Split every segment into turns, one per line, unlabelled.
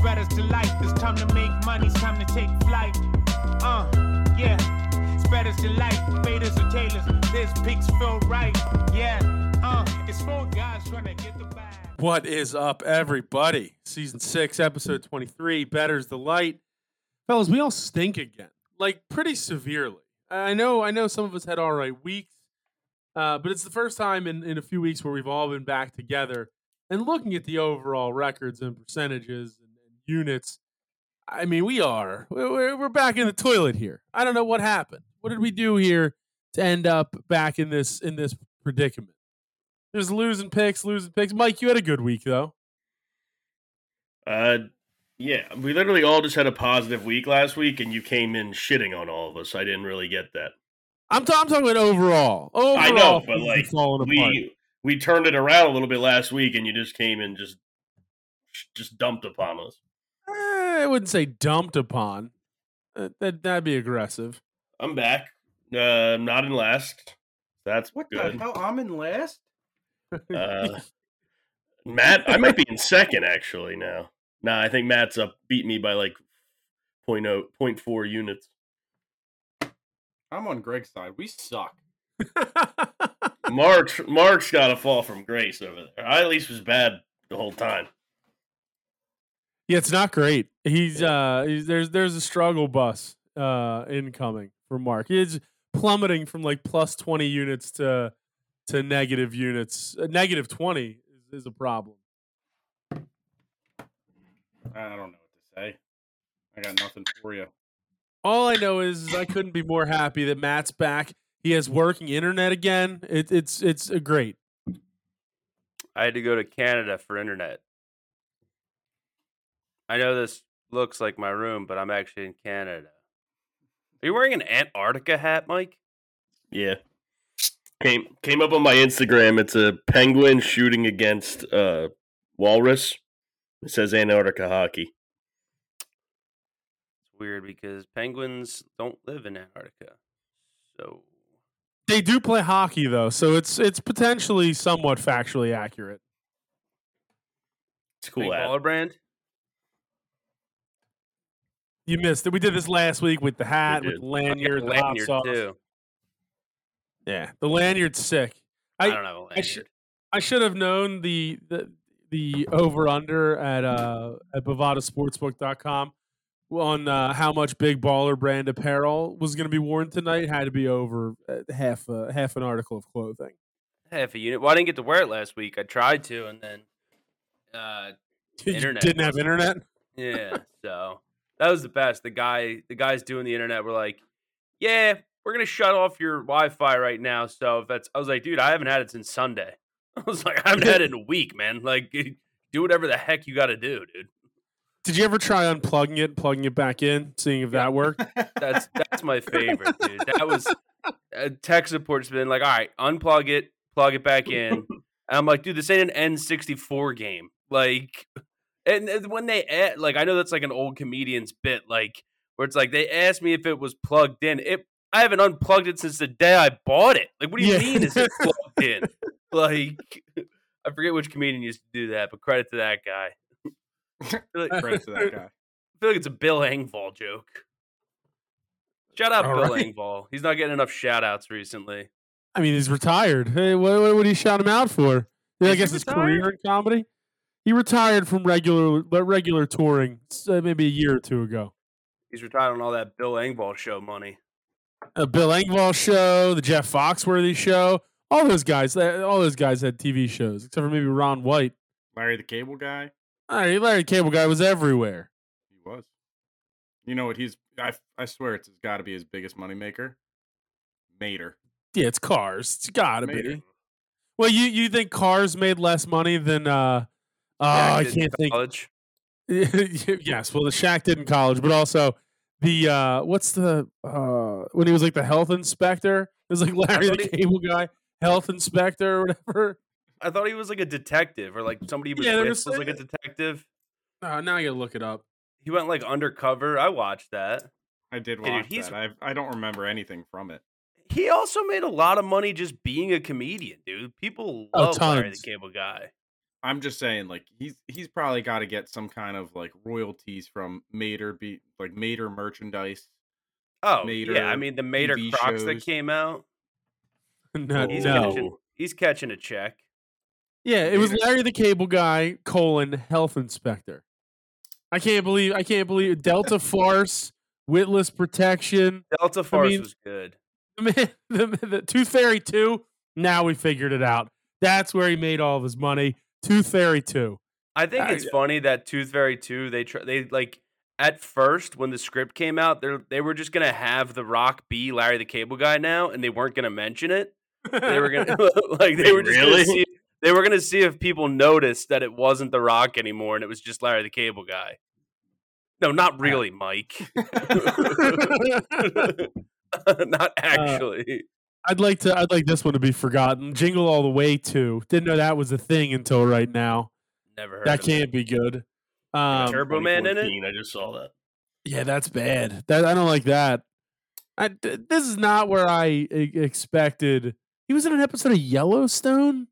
purpose to life. It's time to make money, it's time to take flight. Uh, yeah. Spreaders delight, faders or tailors. This pigs feel right. Yeah. Uh, it's four guys trying to get the bag.
What is up, everybody? Season six, episode 23, Better's the Light. Fellas, we all stink again, like pretty severely. I know, I know some of us had all right weeks, uh, but it's the first time in, in a few weeks where we've all been back together and looking at the overall records and percentages and, and units. I mean, we are. We're, we're- we're back in the toilet here. I don't know what happened. What did we do here to end up back in this in this predicament? There's losing picks, losing picks. Mike, you had a good week though.
Uh, yeah, we literally all just had a positive week last week, and you came in shitting on all of us. I didn't really get that.
I'm, ta- I'm talking about overall. Overall,
I know, but,
things are
like,
falling apart.
We we turned it around a little bit last week, and you just came and just just dumped upon us.
Eh, I wouldn't say dumped upon. Uh, that that'd be aggressive.
I'm back. Uh, not in last. That's
What the
good.
hell? I'm in last.
Uh, Matt, I might be in second actually now. Nah, I think Matt's up beat me by like 0.0, 0.4 units.
I'm on Greg's side. We suck.
Mark's Mark's got a fall from grace over there. I at least was bad the whole time.
yeah, it's not great. He's uh, he's, there's there's a struggle bus uh incoming for Mark. He's plummeting from like plus twenty units to to negative units. Uh, negative twenty is, is a problem.
I don't know what to say. I got nothing for you.
All I know is I couldn't be more happy that Matt's back. He has working internet again. It, it's it's uh, great.
I had to go to Canada for internet. I know this looks like my room, but I'm actually in Canada. Are you wearing an Antarctica hat, Mike?
Yeah. Came came up on my Instagram. It's a penguin shooting against uh walrus. It says Antarctica hockey.
It's weird because penguins don't live in Antarctica. So
They do play hockey though, so it's it's potentially somewhat factually accurate.
It's a
Big
cool. Ad.
Baller brand.
You missed it. We did this last week with the hat, with
did.
the
I got
lanyard,
a
the hot
lanyard,
sauce.
too.
Yeah, the lanyard's sick.
I,
I-
don't have a lanyard.
I should I should have known the the, the over under at uh at bovadasportsbook.com on uh, how much big baller brand apparel was going to be worn tonight had to be over uh, half a half an article of clothing.
half a unit. Well, I didn't get to wear it last week. I tried to, and then uh,
You
Internet.
didn't have internet.
Yeah, so that was the best. The guy, the guys doing the internet were like, "Yeah, we're gonna shut off your Wi-Fi right now." So if that's, I was like, "Dude, I haven't had it since Sunday." I was like, "I haven't had it in a week, man. Like, do whatever the heck you got to do, dude."
Did you ever try unplugging it, plugging it back in, seeing if that worked?
That's that's my favorite, dude. That was uh, tech support's been like, "All right, unplug it, plug it back in." And I'm like, "Dude, this ain't an N64 game." Like, and and when they add, like, I know that's like an old comedian's bit, like where it's like they asked me if it was plugged in. It, I haven't unplugged it since the day I bought it. Like, what do you
Yeah.
mean is it plugged in? Like, I forget which comedian used to do that, but credit to that guy. I feel like, I
Credit to that guy.
feel like it's a Bill Engvall joke. Shout out
All
Bill
right.
Engvall. He's not getting enough shout outs recently.
I mean, he's retired. Hey, what, what would you shout him out for? Yeah, I
Is he
guess his
retired?
career in comedy. He retired from regular le- regular touring s- uh, maybe a year or two ago.
He's retired on all that Bill Engvall show money.
A Bill Engvall show, the Jeff Foxworthy show, all those guys. uh, All those guys had TV shows, except for maybe Ron White.
Larry the Cable Guy.
All right, Larry Cable Guy was everywhere.
He was. You know what? He's. I. I swear it's got to be his biggest moneymaker. Mater.
Yeah, it's Cars. It's gotta
Mater.
be. Well, you you think Cars made less money than? uh Oh, I
Acted in
can't think.
college.
yes, well, the Shaq did in college, but also the uh, what's the uh, when he was like the health inspector? It was like Larry
thought
the
he-
Cable Guy, health inspector or whatever.
I thought he was like a detective or like somebody he was
Yeah, there
with
was-
was like a detective.
Oh, now you gotta look it up.
He went like undercover. I watched that.
I did
Hey, dude,
watch
he's-
that. I. I don't remember anything from it.
He also made a lot of money just being a comedian, dude. People
Oh,
love Larry the
tons.
Cable Guy.
I'm just saying, like he's he's probably got to get some kind of like royalties from Mater, be like Mater merchandise.
Oh
Mater
yeah, I mean the Mater
TV
Crocs that
shows.
came out.
no,
He's
no.
catching, he's catching a check.
Yeah, it was
Later.
Larry the Cable Guy colon health inspector. I can't believe I can't believe Delta Force, witless protection,
Delta Force
mean-
was good.
the, man, the, the Tooth Fairy two. Now we figured it out. That's where he made all of his money. Tooth Fairy two.
I think
I-
it's funny that Tooth Fairy two they tr- they like at first when the script came out they they were just gonna have the Rock be Larry the Cable Guy now and they weren't gonna mention it. They were gonna like they
Wait,
were just
really?
gonna see they were gonna see if people noticed that it wasn't the Rock anymore and it was just Larry the Cable Guy. No,
Uh.
not really, Mike. not
Uh,
actually.
I'd like to. I'd like this one to be forgotten. Jingle all the way to. Didn't know that was a thing until right now.
Never heard.
That
of it.
can't be good. Um,
Turbo Man in it?
2014, I just saw that.
Yeah, that's bad. That I don't like that. I, th- this is not where I e- expected. He was in an episode of Yellowstone.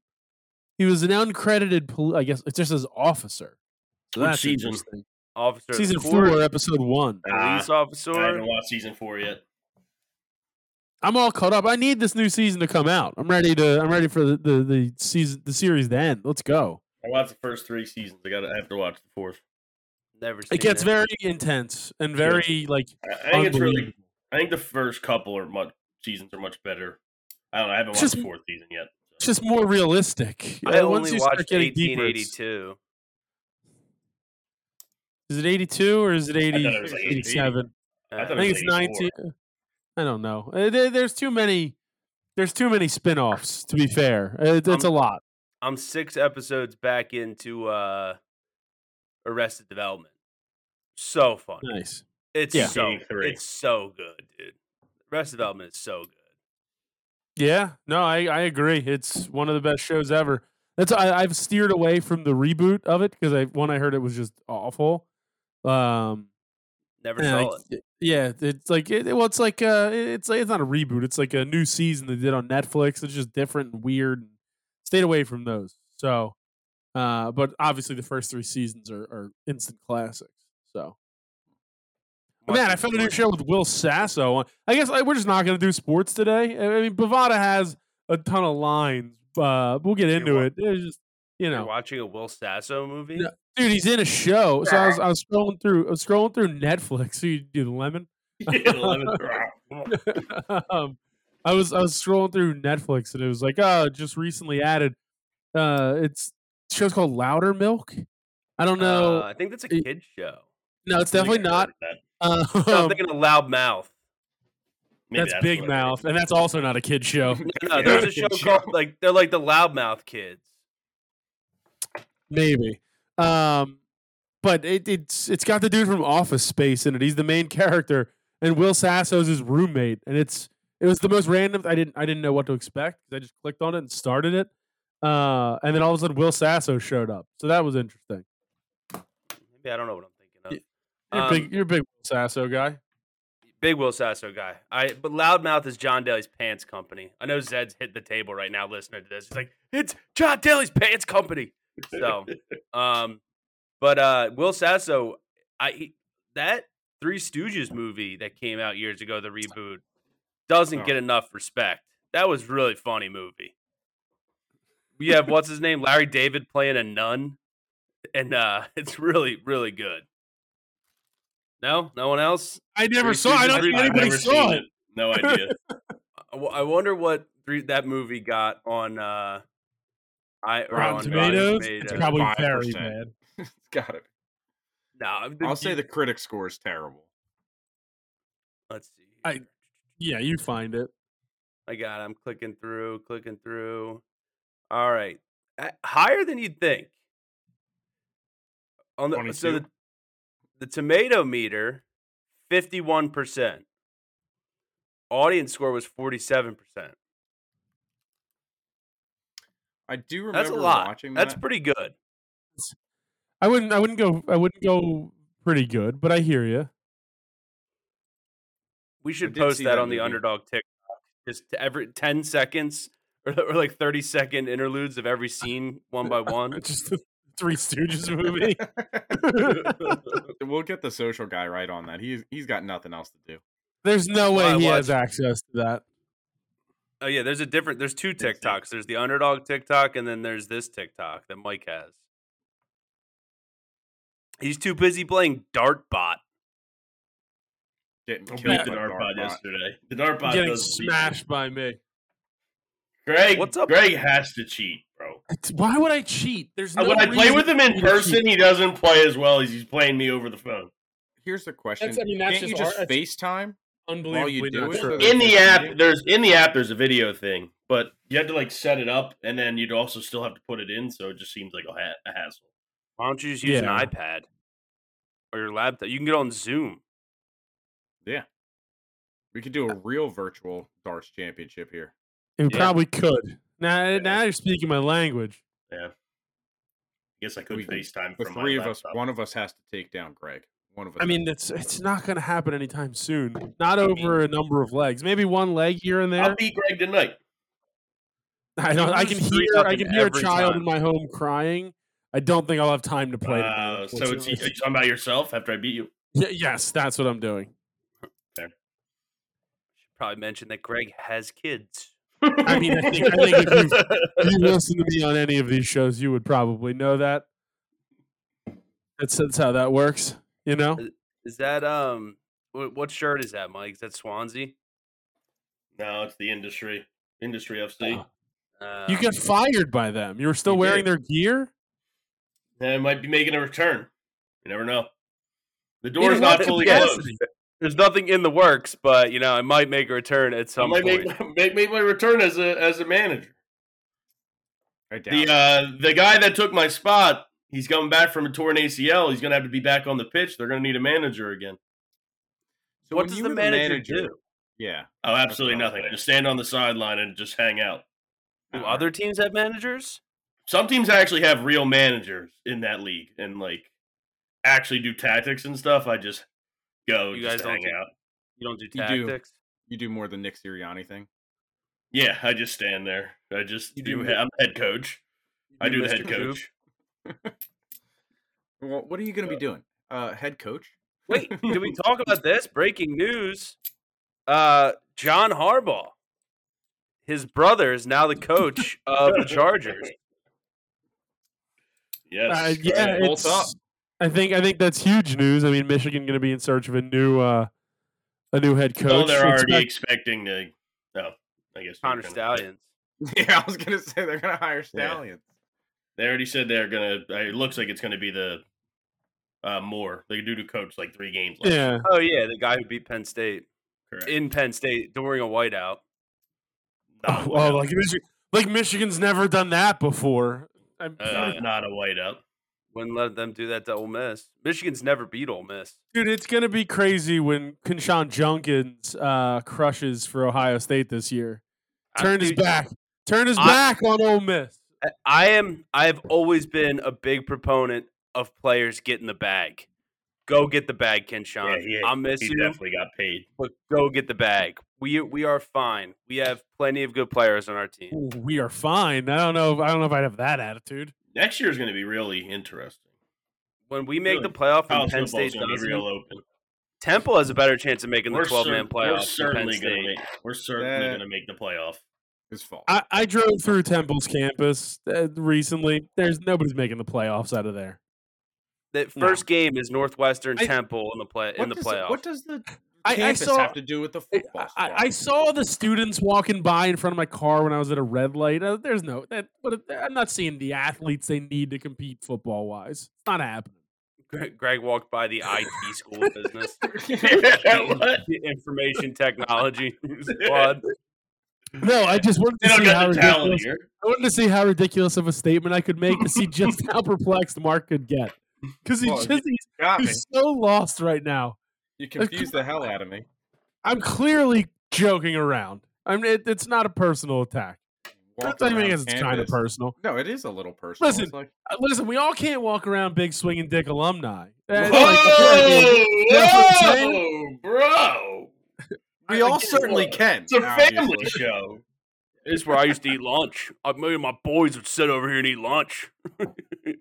He was an uncredited, poli- I guess, it just says officer. So
Which
that's
season?
interesting.
Officer of the
Season
Court,
four, uh, episode one.
Ah,
police
I haven't
officer.
watched season four yet.
I'm all caught up. I need this new season to come out. I'm ready to. I'm ready for the the, the season, the series to end. Let's go.
I watched the first three seasons. I got to have to watch the fourth.
Never. Seen
It gets
it.
very intense and very like.
I, I think it's really.
Unbelievable.
I think the first couple are much seasons are much better. I don't. know. I haven't
It's
watched
just-
the fourth season yet.
It's just more realistic.
I
Uh, once
only
you start
watched
getting deeper, it's-
1882.
Is it 82 or is it 80,
thought it was like 80.
87?
Uh,
I thought
I
it
think
was
it's 19.
84.
I don't know. Uh, there- there's too many. There's too many spin-offs, to be fair. It, it's a
Um,
lot.
I'm six episodes back into uh Arrested Development. So fun.
Nice.
It's
Yeah.
so
Season three.
it's so good, dude. Arrested Development is so good.
Yeah. No, I, I agree. It's one of the best shows ever. That's I, I've steered away from the reboot of it because I one I heard it was just awful. Um,
Never
and I-
saw it.
yeah, it's like it, well, it's like uh, it's like, it's not a reboot. It's like a new season they did on Netflix. It's just different and weird. And stayed away from those. So, uh, but obviously the first three seasons are, are instant classics. So. Oh, Man,
Watch
I
it
found a new
once.
show with Will Sasso. on- I guess like, we're just not going to do sports today. I I mean, Bovada has a ton of lines. Uh, we'll get into
wa-
it. It's just you
You're
know,
watching a Will Sasso movie.
No. dude, he's in a show. So I was, I was scrolling through, I was scrolling through Netflix. So you do the lemon.
Yeah, the eleventh-
um, I was, I was scrolling through Netflix, and it was like, oh, just recently added. Uh, it's show's called Louder Milk. I don't know.
Uh, I think that's a
it-
kid show.
no, it's definitely not.
That.
No, I'm
Um,
thinking of Loud Mouth.
Maybe
that's Big
what I heard.
Mouth, and that's also not a kid show.
No,
Yeah.
there's a show
Kid
called like they're like the Loudmouth Kids.
Maybe. Um, but it, it's it's got the dude from Office Space in it. He's the main character, and Will Sasso's his roommate. And it's it was the most random. I didn't I didn't know what to expect. 'cause I just clicked on it and started it, uh, and then all of a sudden Will Sasso showed up. So that was interesting.
Maybe I don't know what I'm thinking of.
You're
Um,
big, you're a big Will Sasso guy.
Big Will Sasso guy. I but Loudmouth is John Daly's pants company. I know Zed's hit the table right now listening to this. He's like, it's John Daly's pants company. So, um, but uh, Will Sasso, I he, that Three Stooges movie that came out years ago, the reboot, doesn't
Oh.
get enough respect. That was really funny movie. We have what's his name, Larry David playing a nun, and uh, it's really really good. No, no one else.
I never
Three
saw. I
Stooges
don't
reboot.
think
I've
anybody
never
saw
seen
it.
No idea.
I wo- I wonder what three, that movie got on uh, I or
Rotten
on
Tomatoes. It's
Tomatoes.
probably very
5%.
bad.
Got it.
No,
I'll say the critic score is terrible.
Let's see.
I-
here.
Yeah, you find it.
I got. it. I'm clicking through, clicking through. All right, Uh, higher than you'd think. On the,
22.
so the, the tomato meter, fifty-one percent. Audience score was forty-seven percent.
I do remember
That's a lot.
watching that.
That's pretty good.
I wouldn't. I wouldn't go. I wouldn't go pretty good, but I hear you.
We should
did
post
see
that,
that
on the
movie.
underdog TikTok. Just to every ten seconds or, or like 30 second interludes of every scene one by one.
Just the Three Stooges movie.
we'll get the social guy right on that. He's he's got nothing else to do.
There's no
Well, I
way he
watched-
has access to that.
Oh yeah, there's a different. There's two TikToks. There's the underdog TikTok, and then there's this TikTok that Mike has. He's too busy playing Dartbot.
Getting
I
killed
beat the
by
dart
Dartbot.
pod yesterday. The dart pod
Getting
does beat me.
smashed by me.
Greg,
What's up?
Greg has to cheat, bro.
It's- Why would I cheat? There's no
when I play
reason
with him
for
in
me to cheat.
person, he doesn't play as well as he's playing me over the phone.
Here's the question:
That's- I mean, that's
Can't you
just
just
art-
FaceTime?
Unbelievably
All you do
not
is-
true.
In the
Social
app,
media?
there's in the app there's a video thing, but you had to like set it up, and then you'd also still have to put it in, so it just seems like a, ha- a hassle.
Why don't you just use
Yeah.
an iPad or your laptop? You can get on Zoom.
We could do a real virtual darts championship here.
It
Yeah.
probably could. Now,
Yeah.
now you're speaking my language.
I guess I could
We-
FaceTime
The
from
three
my
of us,
laptop.
one of us has to take down Greg. One of us.
I mean, it's it's not going to happen anytime soon. Not over a number of legs. Maybe one leg here and
I'll
there.
beat Greg tonight.
I don't. I can
lose three
hear. I
nothing
can hear a
every
child
time.
in my home crying. I don't think I'll have time to play. tonight,
Uh, so it's, are you
unfortunately.
talking about yourself after I beat you?
Y- yes, that's what I'm doing.
Should probably mention that Greg has kids.
I mean, I think- I think if If you listen to me on any of these shows, you would probably know that. That's that's how that works. You know.
Is that um? wh- What shirt is that, Mike? Is that Swansea?
no, it's the industry, industry FC.
Uh,
You got fired by them. You were still
You
wearing
did.
their gear.
And I might be making a return. You never know. The door's
Either
not
way,
fully
yes.
closed.
There's nothing in the works, but you know, I might make a return at
I
some
might
point.
make, make, make my return as a as a manager.
I doubt
The
it.
uh, the guy that took my spot, he's coming back from a torn ACL. He's gonna have to be back on the pitch. They're gonna need a manager again.
So
what
when
does
you
the
were
manager, do?
Yeah,
Oh, absolutely
what I'm
nothing.
saying.
Just stand on the sideline and just hang out.
Do other teams have managers?
Some teams actually have real managers in that league and like actually do tactics and stuff. I just go
You guys
just
don't
hang
do-
out.
You don't do
You do.
tactics.
you do more than Nick Sirianni thing.
Yeah, I just stand there. I just
You
do.
do
he- I'm head coach. I do the head
Mr.
coach.
Coop.
Well, what are you going to
Uh,
be doing? Uh, head coach.
Wait, did we talk about this? Breaking news. Uh John Harbaugh. His brother is now the coach of the Chargers.
Yes.
Uh,
correct.
yeah,
bolt
it's, I think I think that's huge news. I mean, Michigan going to be in search of a new uh, a new head coach.
Oh, they're already
Expect-
expecting to. Oh, I guess they're
Connor
gonna-
Stallions.
yeah, I was going to say they're going to hire Stallions.
They already said they're gonna. uh, It looks like it's gonna be the uh more. They do to coach like three games. Left.
yeah,
Oh yeah, the guy who beat Penn State
Correct.
in Penn State during a whiteout.
Not a
oh,
whiteout.
oh, like Michi- like Michigan's never done that before. I'm
Uh, not a white up.
Wouldn't let them do that to Ole Miss. Michigan's never beat Ole Miss.
Dude, it's gonna be crazy when Kinshawn Junkins uh, crushes for Ohio State this year.
I-
Turned his
dude,
back. Turned his
I-
back on Ole Miss.
I- I am. I have always been a big proponent of players getting the bag. Go get the bag, Kenshawn.
Yeah, he-
I miss
He
you,
definitely got paid.
but go get the bag. We we are fine. We have plenty of good players on our team.
Ooh, we are fine. I don't know. If, I don't know if I'd have that attitude.
Next year is gonna be really interesting.
When we make the
Really?
playoff, and
College
Penn
football
State
is gonna be
doesn't,
real open.
Temple has a better chance of making the
We're
twelve man
cer- We're
playoff. than Penn
certainly gonna
State.
make. We're certainly
That-
gonna make the playoff.
His fault.
I, I drove through Temple's campus uh, recently. There's nobody's making the playoffs out of there.
That
No.
first game is Northwestern
I-
Temple in the play in the
does,
playoff.
What does the
I- I
campus
saw-
have to do with the
I,
football?
I-
squad?
I saw the students walking by in front of my car when I was at a red light. Uh, there's no that, but I'm not seeing the athletes they need to compete football wise. It's not happening.
Greg, Greg walked by the IT school of business,
what?
the information technology squad.
No, I just wanted
They
to
don't
see how
got the talent
ridiculous.
here.
I wanted to see how ridiculous of a statement I could make to see just how perplexed Mark could get because he's
Well,
just he's,
Got me.
he's so lost right now.
You confused the hell out of me.
I'm clearly joking around. I'm. It, it's not a personal attack.
Walked
I mean,
around
it's kind of
campus.
personal.
No, it is a little personal.
Listen,
it's like,
Uh, listen, we all can't walk around big swinging dick alumni. That's
whoa,
like- That's what I'm
whoa, Oh, bro!
we
I- I
all
get it.
certainly can.
It's a family
obviously.
show.
This is where I used to eat lunch. I, me and my boys would sit over here and eat lunch. I got
there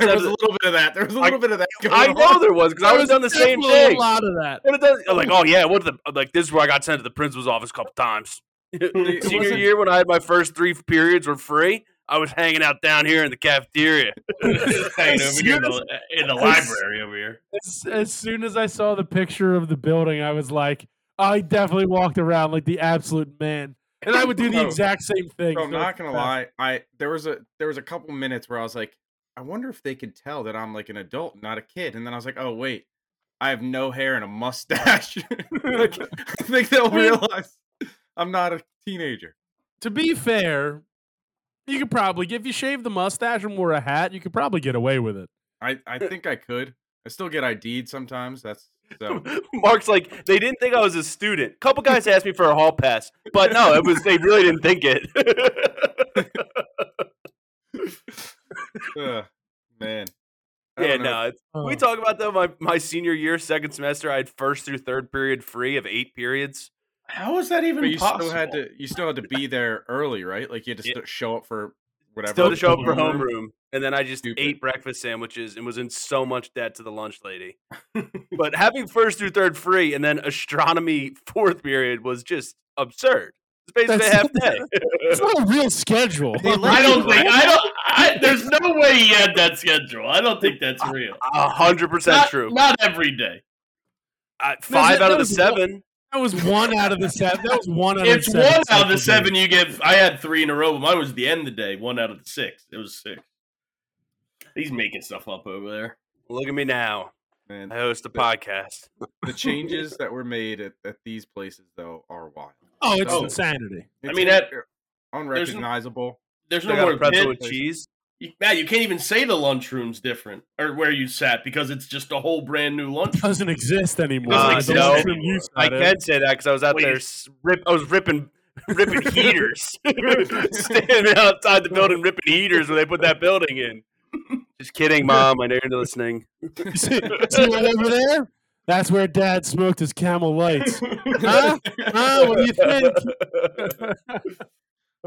was a
to-
little bit of that. There was a little bit of that. Going
I
on.
know there was because I was done the same
definitely
thing.
A lot of that.
And it does, I'm like, oh yeah, what the like? This is where I got sent to the principal's office a couple times. Senior
wasn't-
year, when I had my first three periods were free, I was hanging out down here in the cafeteria.
Hanging over here in the, in the library over here.
As, as soon as I saw the picture of the building, I was like, I definitely walked around like the absolute man, and I would do the
Bro,
exact same thing.
Bro, I'm
so
not
it's
gonna
bad.
lie. I there was a there was a couple minutes where I was like, I wonder if they could tell that I'm like an adult, not a kid. And then I was like, oh wait, I have no hair and a mustache. Like, I think they'll
mean-
realize I'm not a teenager.
To be fair, you could probably if you shaved the mustache and wore a hat, you could probably get away with it.
I I
Uh,
think I could. I still get ID'd sometimes. That's so.
Mark's like, they didn't think I was a student. Couple guys asked me for a hall pass, but no, it was they really didn't think it.
Ugh, man. I
yeah,
don't know.
no, it's, we
Uh,
talk about though my, my senior year, second semester, I had first through third period free of eight periods.
How is that even
But you
possible?
still had to you still had to be there early, right? Like you had to
Yeah.
st- show up for whatever. Mm-hmm.
Still to show up for
homeroom.
homeroom, and then I just
Stupid.
ate breakfast sandwiches and was in so much debt to the lunch lady. but having first through third free and then astronomy fourth period was just absurd. It's basically a half day.
it's not a real schedule.
I don't think I don't. I, there's no way he had that schedule. I don't think that's real.
A hundred percent
Not,
true.
not every day.
I- five
that-
out
that
of the
was one-
seven.
That was one out of the seven. That was one out of
It's
the
one
seven.
out of the
cycles.
seven you get. I had three in a row, but mine was the end of the day. One out of the six. It was six. He's making stuff up over there.
Look at me now.
Man,
I host a podcast.
the changes that were made at, at these places though are wild.
Oh, it's
Oh.
insanity.
It's
mean, that-
un- er, unrecognizable.
There's
I
no
got a
more
pretzel
bit-
with cheese.
You, Matt, you can't even say the lunchroom's different or where you sat because it's just a whole brand new lunchroom.
Doesn't exist anymore.
Uh,
It doesn't
no.
even use
I
that in.
can say that because I was out
Wait.
there. s- Rip, I was ripping, ripping heaters, standing outside the building ripping heaters when they put that building in. Just kidding, mom. I know you're listening.
see, see right over there? That's where Dad smoked his Camel Lights. huh? Huh? What do you think?
One-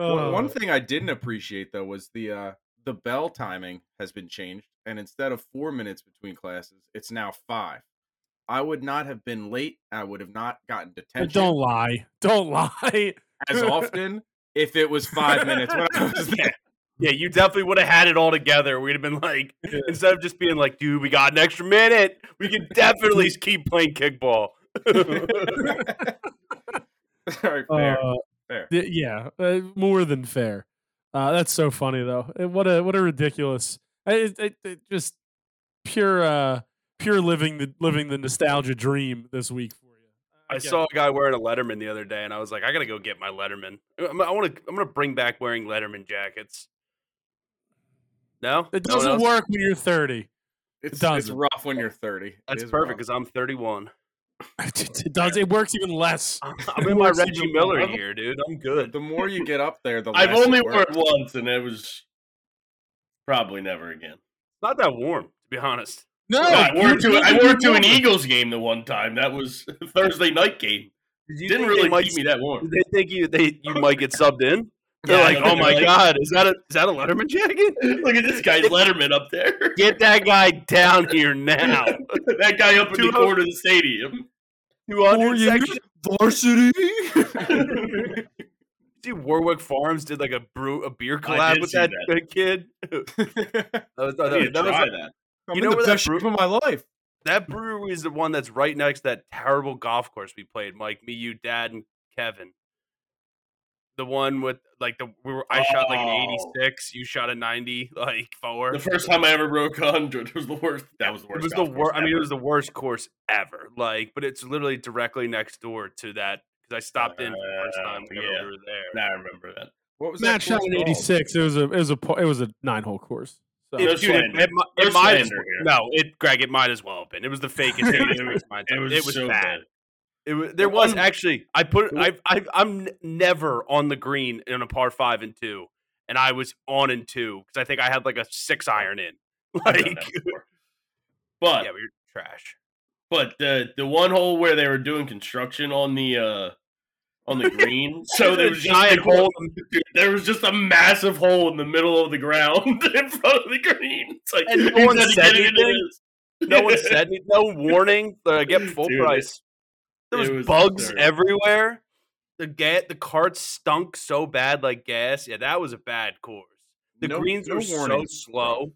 Oh.
One thing I didn't appreciate though was the uh the bell timing has been changed and instead of 4 minutes between classes, it's now 5. I would not have been late. I would have not gotten
But
detention
don't lie. Don't lie.
as often if it was 5 minutes when I was there.
Yeah, you definitely would have had it all together. We'd have been like, instead of just being like, dude, we got an extra minute, we could definitely keep playing kickball.
All right, fair.
Uh,
fair.
th- yeah, uh, more than fair. Uh, that's so funny though. Uh, What a what a ridiculous. I- It, it, it just pure uh, pure living the living the nostalgia dream this week for you.
I
get
saw a guy wearing a Letterman the other day, and I was like, I gotta go get my Letterman. I- I'm, I want to. I'm gonna bring back wearing Letterman jackets. No,
it
No one
doesn't
else?
work when you're 30.
It's, it's
doesn't.
rough when you're 30. It
That's
is
perfect
rough.
because I'm 31.
it does. It works even less.
I'm I'm in my
Works
Reggie
even
Miller
more.
year, dude. I'm good.
the more you get up there, the less
I've only
it
worn it
works.
once, and it was probably never again.
Not that warm, to be honest.
No,
I wore it
you-
to I
you-
wore
you
it to an
won't.
Eagles game the one time. That was Thursday night game.
Did
Didn't
you think they
really
might
keep me that warm.
Did They think you they you might get subbed in. They're
Yeah, I
like,
know,
oh
they're
my
like-
god, is that a is that a Letterman jacket?
Look at this guy's Letterman up there.
Get that guy down here now.
that guy up in the
Two-
corner of the stadium.
200 section.
varsity.
See, Warwick Farms did like a brew a beer
I
collab
did
with
see
that,
that.
that kid. that was, that,
I need to
was- that was-
try that.
I'm
You
you
know
know in
where
the
that
best shape
brew-
of my life.
that brewery is the one that's right next to that terrible golf course we played, Mike, me, you, Dad, and Kevin. The one with like the we were, I shot like an eighty
Oh.
six, you shot a ninety, like four.
The first time I ever broke a hundred was the worst. That was the worst.
it was the
golf course
worst. I mean, it
ever.
was the worst course ever. Like, but it's literally directly next door to that because I stopped in for the first
Uh,
time whenever
yeah.
we were there.
Nah, I remember that.
What was
Matt
E
shot
that? course
an
called?
86. It was a it was a par- it was a nine hole course. So
It-
No
dude, it,
slander.
it mi- it
No
might as
slander
well-
here.
no, it Greg, it might as well have been. It was the fakest. thing
It
I've
was-
ever seen in my
It
life.
was,
it was
so
bad.
bad.
It was, there
The
was
un-
actually I put
Wha-
I I I'm n- never on the green in a par five and two, and I was on in two because I think I had like a six iron in.
I've
Like,
done that
yeah,
before. But
we were trash.
but the the one hole where they were doing construction on the uh on the green. So there
a
was
giant
just a
hole.
Dude, there was just a massive hole in the middle of the ground in front of the green. It's like
And no
who's
one
had to
said
get into
anything?
this?
No one said anything. No warning. Like, get full
Dude,
price. There was,
it was
bugs
absurd.
everywhere. The ga- the carts stunk so bad, like gas. Yeah, that was a bad course. The
No-
greens
no
were so
warnings, bro.
slow.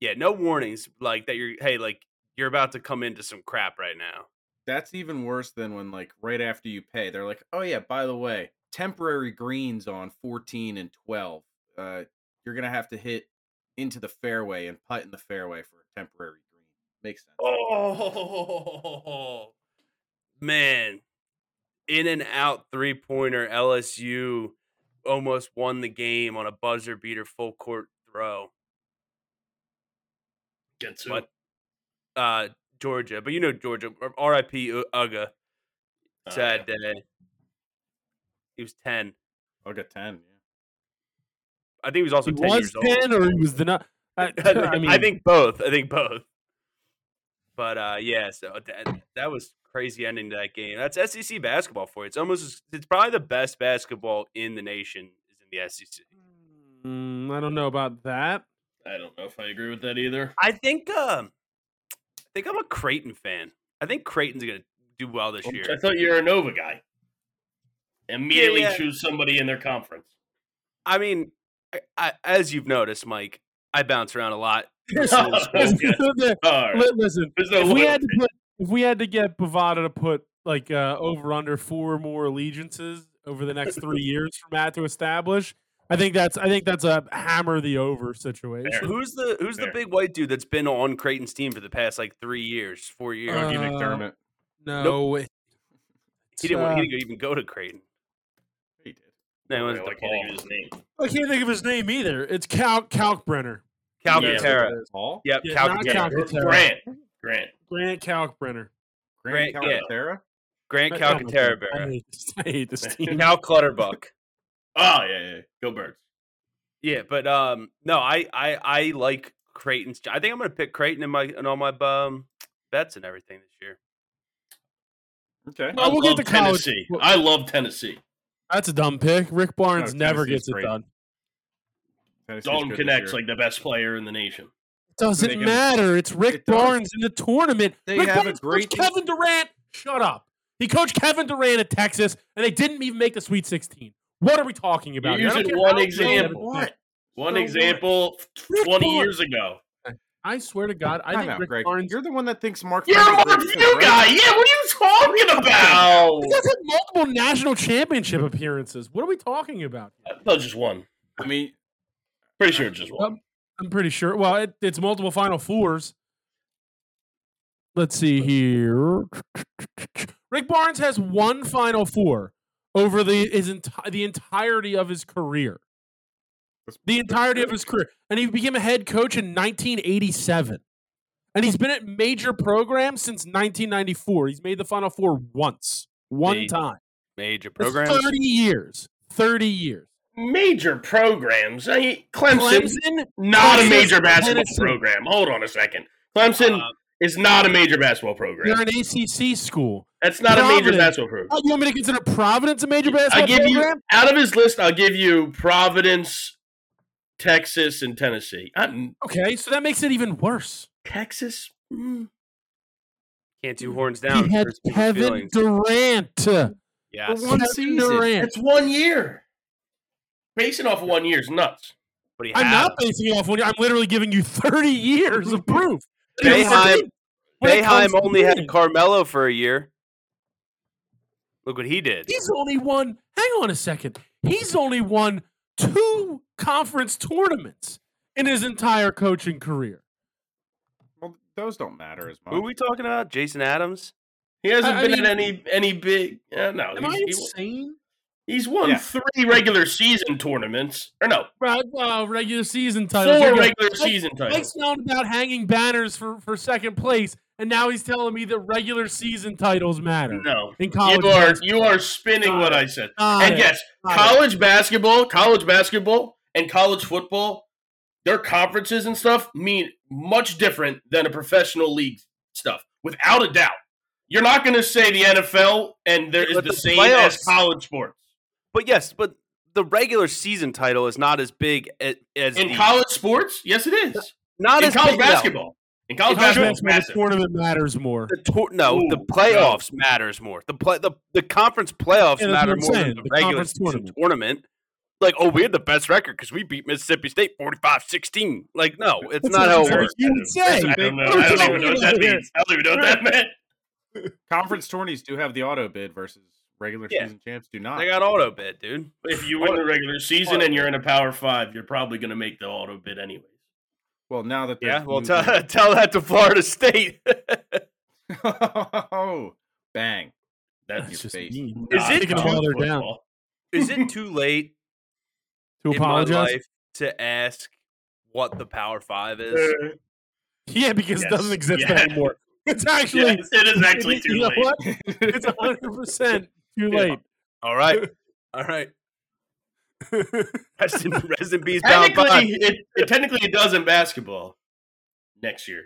Yeah, no warnings. Like that. You're hey, like you're about to come into some crap right now.
That's even worse than when like right after you pay, they're like, "Oh yeah, by the way, temporary greens on 14 and 12. Uh, you're gonna have to hit into the fairway and putt in the fairway for a temporary green." Makes sense.
Oh man, in and out three pointer. LSU almost won the game on a buzzer beater full court throw.
Get to-
But uh, Georgia, but you know Georgia. r- RIP U-
Oh,
Uga.
uh,
Sad day. He was ten.
I got 10. Yeah.
I think he was also
He
ten
was
years old.
ten, or he was the not. I,
I, think,
I mean,
I think both. I think both. But uh, yeah, so that, that was crazy ending to that game. That's SEC basketball for you. It's almost as- it's probably the best basketball in the nation is in the E SEC.
Mm, I don't know about that.
I don't know if I agree with that either.
I think um, I think I'm a Creighton fan. I think Creighton's gonna do well this year.
I thought you were a Nova guy. Immediately
yeah.
choose somebody in their conference.
I mean, I, I, as you've noticed, Mike, I bounce around a lot.
Oh, okay. All right.
Li- Listen,
There's no
if we
loyalty.
had to put, if we had to get Bovada to put like uh, over under four more allegiances over the next three years for Matt to establish, I think that's I think that's a hammer the over situation.
Fair.
Who's the Who's the
Fair.
big white dude that's been on Creighton's team for the past like three years, four years?
Uh,
Dougie McDermott.
No, it-
he didn't.
uh,
want he didn't even go to Creighton.
He did.
No, he
Oh, I
went to
can't
Paul.
think of his name.
I can't think of his name either. It's Cal Kalkbrenner.
Calcaterra.
Paul?
Yep,
Yeah, not
Calcaterra.
Yeah,
Calcaterra.
Grant. Grant.
Grant Kalkbrenner.
Grant
Grant- yeah.
Calcaterra?
Grant
Oh my
Calcaterra.
God, I
Barra.
hate this- I hate this team.
Cal Clutterbuck.
Oh yeah, yeah. yeah. Go Birds.
Yeah, but um, no, I I I like Creighton's. I think I'm gonna pick Creighton in my in all my um bets and everything this year.
Okay.
Well,
I
we'll get
love
to college.
Tennessee.
Well-
I love Tennessee.
That's a dumb pick. Rick Barnes
No,
never
Tennessee's
gets it
great.
done.
Tennessee's
Dalton
good this
connects
year.
like the best player in the nation.
Doesn't
They can-
matter. It's Rick
It does.
Barnes in the tournament.
They
Rick
have a
Barnes coached
great team.
Kevin Durant. Shut up. He coached Kevin Durant at Texas, and they didn't even make the Sweet 16. What are we talking about?
You're
here? I don't
using
care
one
how good
example.
Kevin Durant-
One
So what?
example,
Rick
twenty
Barnes.
years ago.
I swear to God, I
Time
think
out,
Rick
Greg.
Barnes.
You're the one that thinks Mark.
You're
Fenton's
a
great
review
fit, right?
guy. Yeah, what are you talking about?
He has had multiple national championship appearances. What are we talking about?
No, just one.
I mean,
Pretty sure it's just one.
I'm pretty sure. Well, it, it's multiple Final Fours. Let's see here. Rick Barnes has one Final Four over the his enti- the entirety of his career.
That's-
The entirety of his career, and he became a head coach in 1987, and he's been at major programs since 1994. He's made the Final Four once, one
Hey,
time.
Major
That's
programs.
30 years. 30 years.
Uh, Major programs. I mean, Clemson,
Clemson,
not
Clemson,
a major basketball
Tennessee.
program. Hold on a second. Clemson is not a major basketball
they're
program.
an ACC school.
That's not a major
Providence.
basketball program.
Oh, you want me to consider Providence a major
I
basketball
give you
program?
out of his list. I'll give you Providence, Texas, and Tennessee. i mm,
Okay, so that makes it even worse.
Texas. Mm.
Can't do horns down.
he had
hurts people's
Kevin
feelings.
Durant.
Yes,
one
Kevin
season.
Durant.
It's one year. Basing off of one year is nuts.
but he
I'm
has.
not basing it off one year. I'm literally giving you 30 years of proof.
Bayheim,
When it comes
Bayheim
to
only had
winning,
Carmelo for a year. Look what he did.
He's only won. Hang on a second. He's only won two conference tournaments in his entire coaching career.
well, those don't matter as much.
Who are we talking about? Jason Adams.
He hasn't
I- I
been
mean-
at any any big. Uh, no,
Am
he's,
I
he-
insane?
he's won
Yeah.
three regular season tournaments, or no,
Right, well, uh, regular season
four
titles. Here we go.
regular
Mike-
season
Mike's
titles.
known about hanging banners for, for second place, and now he's telling me that regular season titles matter
No,
in college.
you are
basketball.
you are spinning
Got
what
it.
I said.
Got
And
it.
yes,
Got it.
college basketball, college basketball, and college football, their conferences and stuff mean much different than a professional league stuff, without a doubt. You're not going to say the NFL and there is
But
the,
the
same as
playoffs-
college sports.
But yes, but the regular season title is not as big as, as
In
the-
college sports, yes, it is.
not
in
as
college
big, no.
basketball. In college
College
basketball, it's
That's where the
massive.
tournament matters more.
The tour, no, the
Ooh,
playoffs matters more. The play, the, the conference playoffs
Yeah, that's
matter
what I'm
more
saying.
than the,
The
regular
conference
season tournament.
tournament.
Like, oh, we had the best record because we beat Mississippi State 45-16. Like, no, it's
That's
not
what
how it
I'm
works.
You would say.
I don't know. I don't even know what that means. I don't even know what that meant.
Conference tourneys do have the auto bid versus regular
Yeah.
season champs do not.
They got auto bid, dude.
If you win the regular season and you're in a Power Five, you're probably going to make the auto bid anyways.
well, now that there's
Yeah, well,
movement-
tell tell that to Florida State.
oh, bang.
That's
That's
your
just
face.
mean.
Is
not
it
Taking
college
them all they're down.
football.
Is it too late
to
in my
apologize?
life to ask what the Power Five is?
Uh,
Yeah, because
Yes.
it doesn't exist
Yeah.
anymore. It's actually
yes, it is actually too
you know
late.
what? It's hundred percent too
Yeah.
late.
All right, all right. rest in, rest in peace, Power Five.
Technically, it, it technically it does in basketball next year.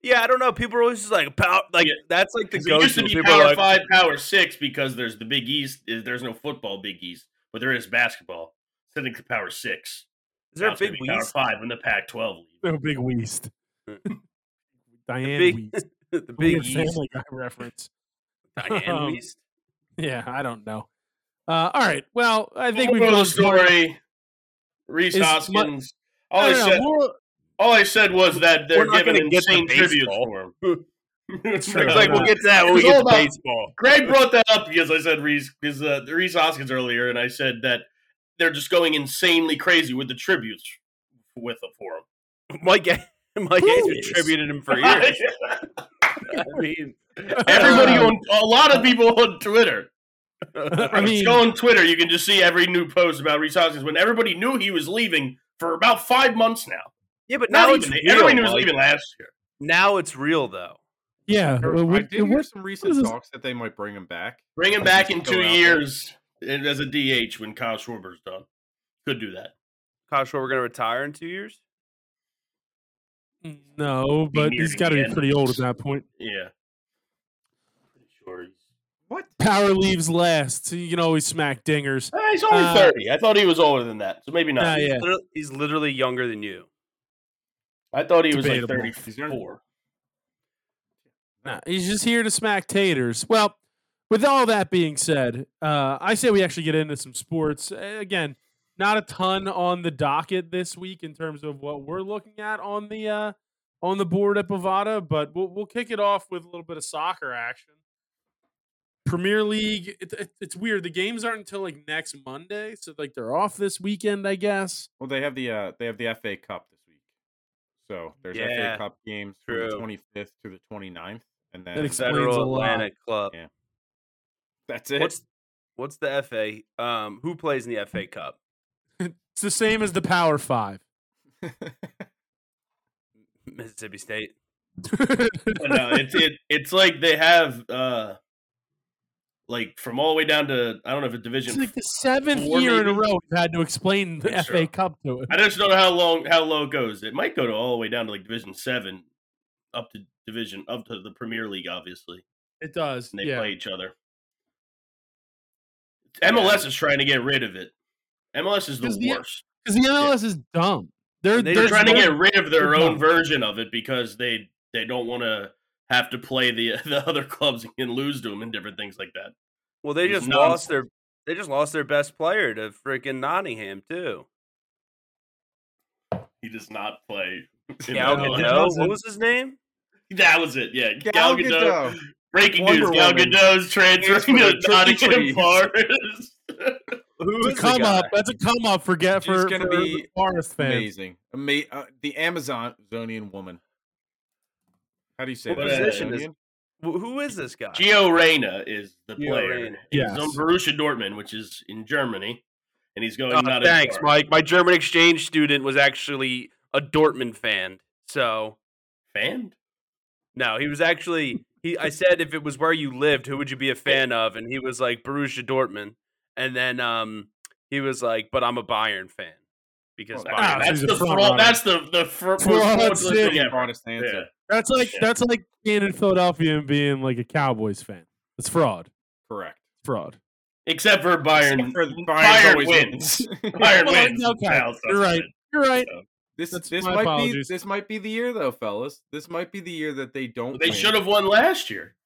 Yeah, I don't know. People are always just like power, like
Yeah.
that's like the
'Cause It used
go-to.
to be
People are
Power
like,
Five, Power Six because there's the Big East. is- There's no football Big East, but there is basketball. Technically, Power Six.
is there
Now
a
it's gonna
big
be Power
Weast?
Five when the Pac-12 leaves.
No big weast. Diane
big-
Weast.
the
Weird
big East,
Family Guy reference.
Diane
Um,
Weast.
Yeah, I don't know. Uh, all right. Well, I think we've
Moral of
gone
the story. Reese
Is my-
Hoskins. all,
No,
I
no, no,
said,
moral-
all I said was that
We're
they're
not
giving
gonna get the
insane tributes
baseball.
for him.
It's true.
It's
no,
like
no.
we'll get to that when we
It's
get
all
to
about-
baseball.
Greg brought that up because I said Reese because uh, Reese Hoskins earlier, and I said that they're just going insanely crazy with the tributes with them for him.
Mike, Mike
Who
Hayes
is?
attributed him for years. I mean,
Everybody on a lot of people on Twitter.
I
Just
mean,
go on Twitter, you can just see every new post about Reese Hoskins when everybody knew he was leaving for about five months now.
yeah, but
Not
now
even
it's real.
everybody knew he was
Mike.
leaving last year.
Now it's real though.
yeah.
There-
uh,
I
we-
did hear
we're-
some
what is
recent
this-
talks that they might bring him back.
Bring him back in
Still
two
out there.
years and as a DH when Kyle Schwarber's done. Could do that.
Kyle Schwarber going to retire in two years.
no, but
near
he's
the
got to
end.
be pretty old at that point.
Yeah. Pretty sure he's.
What?
Power leaves last, so you can always smack dingers.
Ah, he's only
Uh,
30. I thought he was older than that. So maybe not.
Nah, yeah.
Literally- he's literally younger than you.
I thought he was
Debatable.
like
He's young.
34.
Nah, he's just here to smack taters. Well, with all that being said, uh, I say we actually get into some sports. Uh, Again, not a ton on the docket this week in terms of what we're looking at on the uh, on the board at Bovada, but we'll, we'll kick it off with a little bit of soccer action. Premier League, it, it- it's weird. The games aren't until like next Monday, so like they're off this weekend, I guess.
Well, they have the uh, they have the FA Cup this week, so there's
Yeah,
FA Cup games
true.
from the 25th to the 29th, and then
That explains a
Federal
lot.
Atlantic Club.
Yeah. that's it.
What's what's the FA? Um, who plays in the FA Cup?
It's the same as the Power Five.
Mississippi State.
But no, it's it, it's like they have uh like from all the way down to I don't know if it's
It's
division
like the seventh
four,
year in a
maybe?
row we've had to explain the
Think so.
FA Cup to him.
I just don't know how long how low it goes. It might go to all the way down to like Division Seven, up to Division up to the Premier League, obviously,
It does.
and they
yeah.
play each other. MLS is trying to get rid of it. MLS is the
'Cause the-
worst.
Because the MLS is dumb. They're, they're
They
They're trying to
they're-
get rid of their
they're
own
dumb.
version of it because they they don't want to have to play the the other clubs and lose to them and different things like that.
Well, they
It's
just lost their they just lost their best player to freaking Nottingham too.
He does not play. in
Gal
no,
MLS.
he
Gadot. What
doesn't.
was his name?
That was it. Yeah, Gal
Gal
Gadot.
Gadot.
Breaking
Wonder
news: Gal
Woman.
Gadot's transferring
Transfer
to
to
Nottingham
Turkey,
Forest.
Who
It's a come up. That's a come up for get
She's
for,
gonna
for
be
Forest fans.
amazing, Ama- uh, the Amazonian woman. How do you say
What
that?
position is-
Amazonian?
Who is this guy?
Gio Reyna is the
Gio
player.
Reyna.
He's on
Yes.
Borussia Dortmund, which is in Germany, and he's going.
Oh,
not as
thanks,
far.
Mike. My German exchange student was actually a Dortmund fan. So
Fan?
no, he was actually he. I said if it was where you lived, who would you be a fan of? And he was like Borussia Dortmund. And then um, he was like, but I'm a Bayern fan. because
Oh,
I-
wow.
that's
he's a
the
front
fraud.
runner.
That's the the fr- most
Fraud
fraudulent
city.
thing ever.
honest answer.
Yeah.
That's like
Shit.
that's like being in Philadelphia and being like a Cowboys fan. It's fraud.
Correct.
It's fraud.
Except for Bayern.
Except for Bayern's
Bayern
always
wins.
wins.
Bayern
Well,
wins.
okay,
Pals,
you're
that's
right. You're right.
This
That's
this
my
might
apologies.
be this might be the year though, fellas. This might be the year that they don't.
it. They
win.
should have won last year.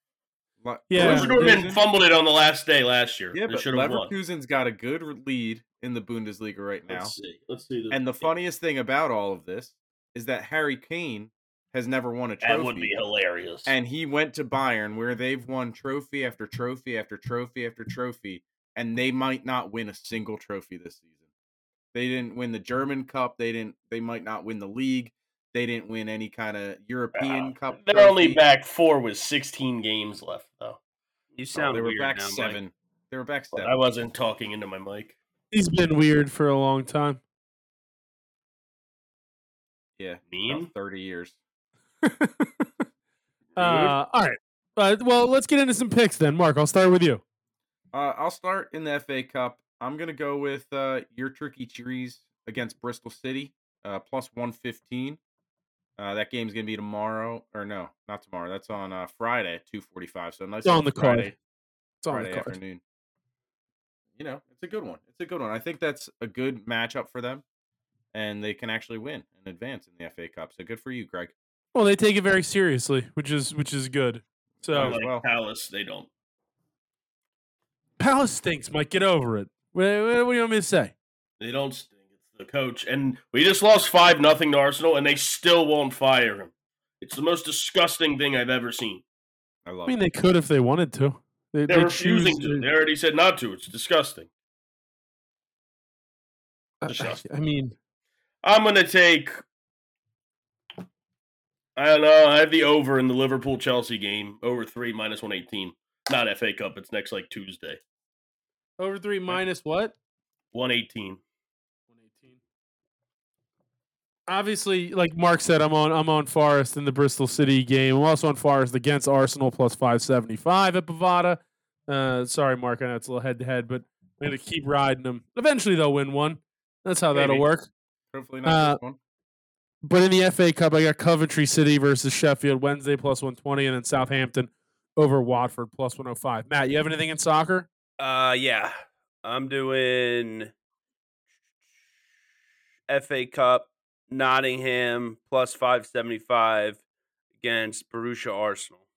Le-
Yeah.
Borussia Dortmund
Leverkusen-
fumbled it on the last day last year.
Yeah,
they
but
should have won.
Leverkusen's got a good lead in the Bundesliga right now.
Let's see. Let's see.
And the funniest thing about all of this is that Harry Kane has never won a trophy.
that would be hilarious.
and he went to Bayern where they've won trophy after trophy after trophy after trophy and they might not win a single trophy this season. They didn't win the German Cup, they didn't they might not win the league, they didn't win any kind of European
Uh,
Cup.
They're only
trophy. Oh,
back four with 16 games left, though.
you
Oh,
sound
they were
weird
back
now, Mike.
7. They were back 7.
I wasn't talking into my mic.
He's been weird for a long time.
yeah. about
Mean?
30 years.
Uh, all right. Uh, well, let's get into some picks then. Mark, I'll start with you.
Uh, I'll start in the FA Cup. I'm gonna go with uh, your tricky cheese against Bristol City, uh, plus one fifteen. Uh, that game's gonna be tomorrow, or no, not tomorrow. That's on uh, Friday at two forty five. So nice
It's on
little
the card.
Friday,
It's on
Friday
the card.
afternoon. You know, it's a good one. It's a good one. I think that's a good matchup for them, and they can actually win and advance in the FA Cup. So good for you, Greg.
Well, they take it very seriously, which is which is good. So
as
like
well.
Palace, they don't.
Palace stinks, Mike. Get over it. What, what do you want me to say?
They don't stink. It's the coach, and we just lost five nothing to Arsenal, and they still won't fire him. It's the most disgusting thing I've ever seen.
I
I
love.
mean,
it.
they could if they wanted to. They,
They're
they
refusing
choose-
to. They already said not to. It's disgusting.
I- I mean,
I'm gonna take. I don't know. I have the over in the Liverpool Chelsea game. Over three minus one eighteen. Not FA Cup. It's next like Tuesday.
over three minus what?
One eighteen.
118. Obviously, like Mark said, I'm on I'm on Forest in the Bristol City game. I'm also on Forest against Arsenal plus 575 at Bovada. Uh, sorry, Mark, I know it's a little head to head, but I'm gonna keep riding them. Eventually, they'll win one. That's how that'll
Maybe.
work.
Hopefully not
uh,
this one.
But in the FA Cup, I got Coventry City versus Sheffield Wednesday plus 120, and then Southampton over Watford plus 105. Matt, you have anything in soccer?
Uh, yeah, I'm doing FA Cup Nottingham plus five seventy five against Borussia Arsenal.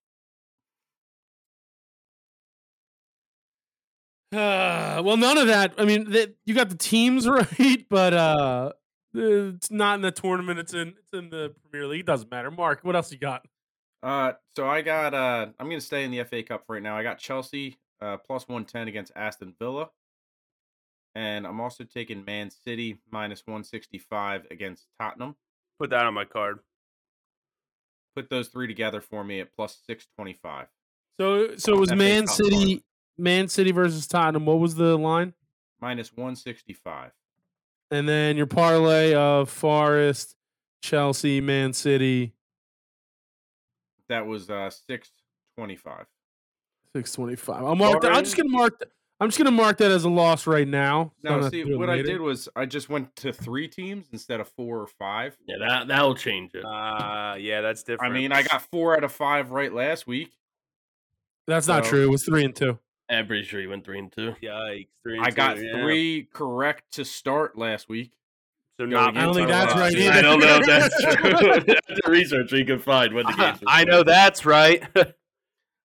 Uh, well, none of that. I mean, that you got the teams right, but uh, it's not in the tournament. It's in it's in the Premier League. It doesn't matter. Mark, what else you got?
Uh, so I got uh, I'm gonna stay in the FA Cup for right now. I got Chelsea uh plus one ten against Aston Villa, and I'm also taking Man City minus one sixty five against Tottenham.
Put that on my card.
Put those three together for me at plus six twenty five.
So so it was
FA
Man
Cup
City,
tournament.
Man City versus Tottenham. What was the line?
Minus one sixty five.
And then your parlay of Forest, Chelsea, Man City,
That was uh six twenty five.
six twenty five. I'll mark. That, I'm just gonna mark. th- I'm just gonna mark that as a loss right now. so I'm
Now
not
see
doing
what I
later.
did was I just went to three teams instead of four or five.
Yeah, that that'll change it.
Uh, yeah, that's
I
different.
mean I got four out of five right last week.
That's not
so-
true. It was three and two.
I'm pretty sure you went three and two.
Yikes, three and
I got
two, yeah.
three correct to start last week.
So
Go
not
against
I don't think
Tottenham
that's
last
right
year.
either.
I don't know if that's true. After research, we can find what the games. were.
I know that's right.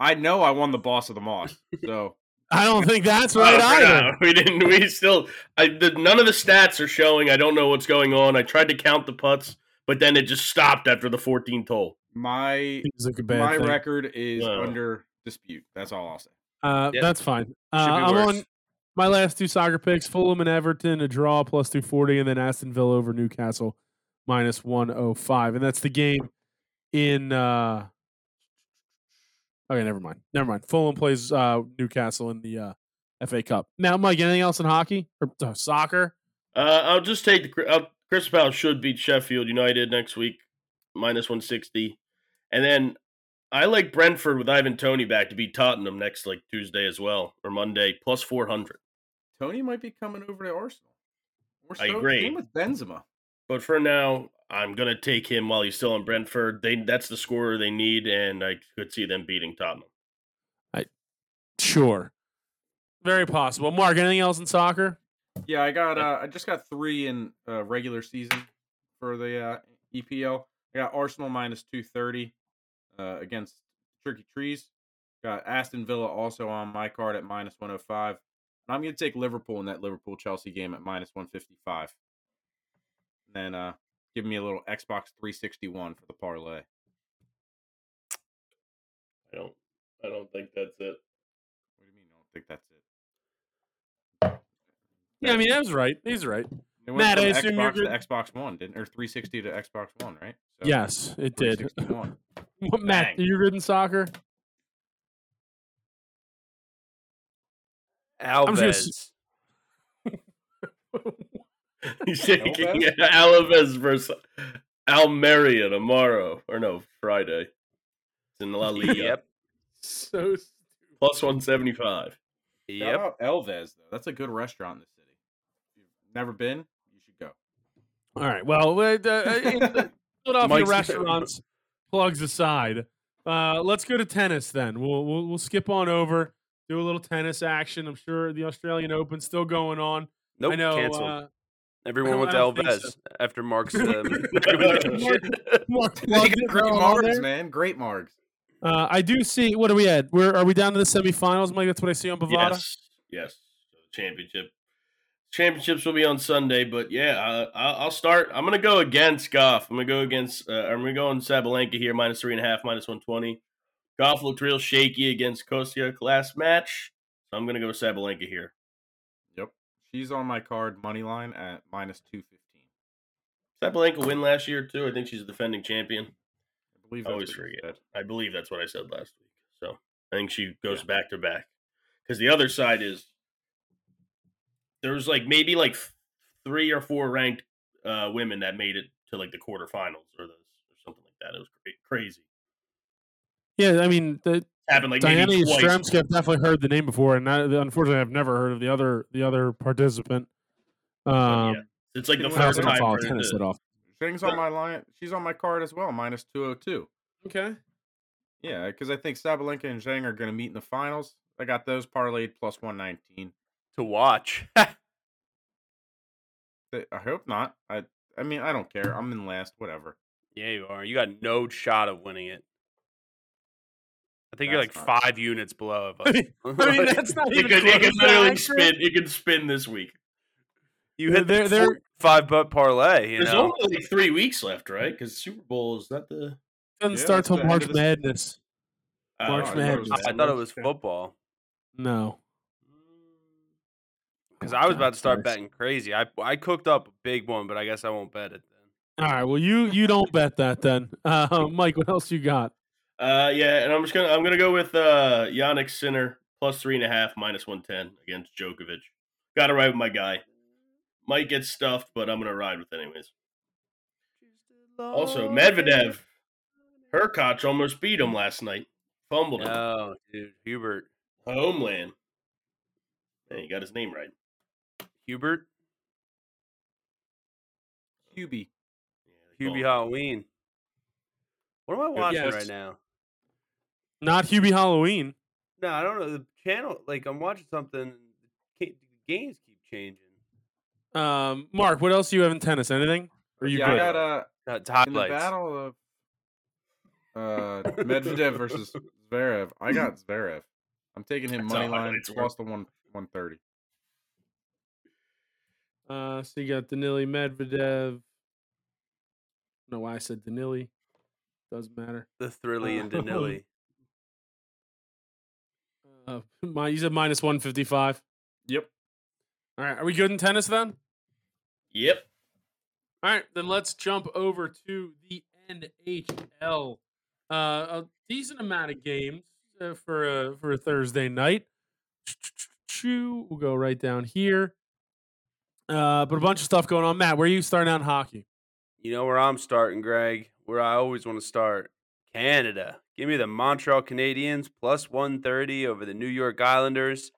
I know I won the boss of the moss. So
I don't think that's right
Oh,
either.
no, we didn't. We still. I the, none of the stats are showing. I don't know what's going on. I tried to count the putts, but then it just stopped after the 14th hole.
my
Seems like a bad
my
thing.
record is
Wow.
under dispute. That's all I'll say.
Uh,
Yeah.
That's fine. Uh,
Should be
I'm
worse.
on my last two soccer picks: Fulham and Everton, a draw plus two forty, and then Aston Villa over Newcastle minus one oh five, and that's the game in. Uh... Okay, never mind. Never mind. Fulham plays uh, Newcastle in the uh, FA Cup. Now, Mike, anything else in hockey or uh, soccer?
Uh, I'll just take the. Cri- I'll, Chris Powell should beat Sheffield United next week, minus 160, and then I like Brentford with Ivan Tony back to beat Tottenham next like Tuesday as well or Monday plus 400.
Tony might be coming over to Arsenal. We're
I
so
agree.
Same with Benzema.
But for now, I'm gonna take him while he's still in Brentford. They that's the scorer they need, and I could see them beating Tottenham.
Sure. Very possible. Mark, anything else in soccer?
Yeah, I got. Uh, I just got three in uh, regular season for the uh, EPL. I got Arsenal minus two thirty uh, against Tricky Trees. Got Aston Villa also on my card at minus one hundred five. And I'm going to take Liverpool in that Liverpool Chelsea game at minus one fifty five. And then uh, give me a little Xbox three sixty one for the parlay.
I don't I don't think that's it.
What do you mean? I don't think that's it.
Yeah, I mean, that was right. He's right.
It went
Matt,
from
I assume you're
Xbox
good-
to Xbox One, didn't or three sixty to Xbox One, right? So,
Yes, it did.
361.
Matt,
Bang.
are you good in soccer? just gonna
Alves.
s-
He's taking
Alves?
Alaves versus Almeria tomorrow. Or no, Friday. It's in La Liga.
Yep.
So
Plus one seventy five.
Shout
Yep.
out Elvez though. That's a good restaurant in the city. If you've never been, you should go.
all right. Well, uh, uh, in the Philadelphia
Mike's-
restaurants plugs aside, uh, let's go to tennis. Then we'll, we'll we'll skip on over, do a little tennis action. I'm sure the Australian Open's still going on.
Nope.
I know.
canceled.
uh,
Everyone
I
went to
don't think
Alves
so.
after Mark's. Um,
Mark
They
plugged
got
it
great
while I'm on
margs,
there.
man. Great margs.
Uh, I do see. What are we at? We're are we down to the semifinals, Mike? That's what I see on Bovada.
Yes. Yes. Championship. Championships will be on Sunday, but yeah, I- I, I'll start. I'm gonna go against Goff. I'm gonna go against. Uh, I'm gonna go on Sabalenka here, minus three and a half, minus one twenty. Goff looked real shaky against Kostia last match, so I'm gonna go Sabalenka here.
Yep. She's on my card money line at minus two fifteen.
Sabalenka win last year too. I think she's the defending champion.
I believe
I
that's
always
what you
forget.
said.
I believe that's what I said last week. So I think she goes back to back because the other side is there's like maybe like f- three or four ranked uh, women that made it to like the quarterfinals or those or something like that. It was cra- crazy.
Yeah, I mean, the,
Happened like
Diana
maybe twice.
Stremska. I've definitely heard the name before, and I, unfortunately, I've never heard of the other the other participant. Um,
It's like the
I
I
first
also
also
time.
don't follow
for her
tennis
to-
at all.
Zhang's on my line. She's on my card as well, minus two oh two.
Okay.
Yeah, because I think Sabalenka and Zhang are going to meet in the finals. I got those parlayed plus one nineteen.
to watch.
I hope not. I I mean I don't care. I'm in last. Whatever.
yeah, you are. You got no shot of winning it. I think you're like
That's not-
five units below of us.
I mean, that's not
It
even
could,
close
it could
to
literally
accurate.
spin. It could spin this week.
you hit
They're-
their
they're-
five butt parlay. You
There's
know,
only like three weeks left, right? Because Super Bowl is that the
Doesn't
Yeah,
start
it's
till
the end
March
of the-
Madness.
uh,
March
I thought it
Madness.
was
I
that
thought it
much.
was football
No.
because Mm,
Oh,
I was about to start
Nice.
betting crazy. I I cooked up a big one, but I guess I won't bet it then.
All right. Well, you you don't bet that then, uh, Mike. What else you got?
Uh, yeah, and I'm just gonna I'm gonna go with uh Yannick Sinner plus three and a half, minus one ten against Djokovic. Got to ride with my guy. Might get stuffed, but I'm gonna ride with anyways.
Oh,
Also, Medvedev, Herkoch almost beat him last night. Fumbled him.
No, dude, Hubert,
Homeland. Man, you got his name right.
Hubert,
QB.
Yeah, they call
Hubie
him-
Halloween. What am I watching
Yes.
right now?
Not Hubie Halloween.
No, I don't know the channel. Like I'm watching something. and The ca- the games keep changing.
Um, Mark, what else do you have in tennis? Anything? Or you
yeah,
good?
I got uh,
Uh,
in
it's
the
highlights.
battle of uh, Medvedev versus Zverev, I got Zverev. I'm taking him
That's
money
how
line
highlights work.
plus the one one thirty.
Uh, so you got Danili Medvedev. Don't know why I said Danili. Doesn't matter.
the Thrilly and Danili.
Uh, my, you said minus one fifty five.
Yep.
All right. Are we good in tennis then?
Yep.
All right. Then let's jump over to the NHL. Uh, a decent amount of games uh, for a for a Thursday night. Choo, We'll go right down here. Uh, but a bunch of stuff going on. Matt, where are you starting out in hockey?
You know where I'm starting, Greg. Where I always want to start. Canada. Give me the Montreal Canadiens plus 130 over the New York Islanders.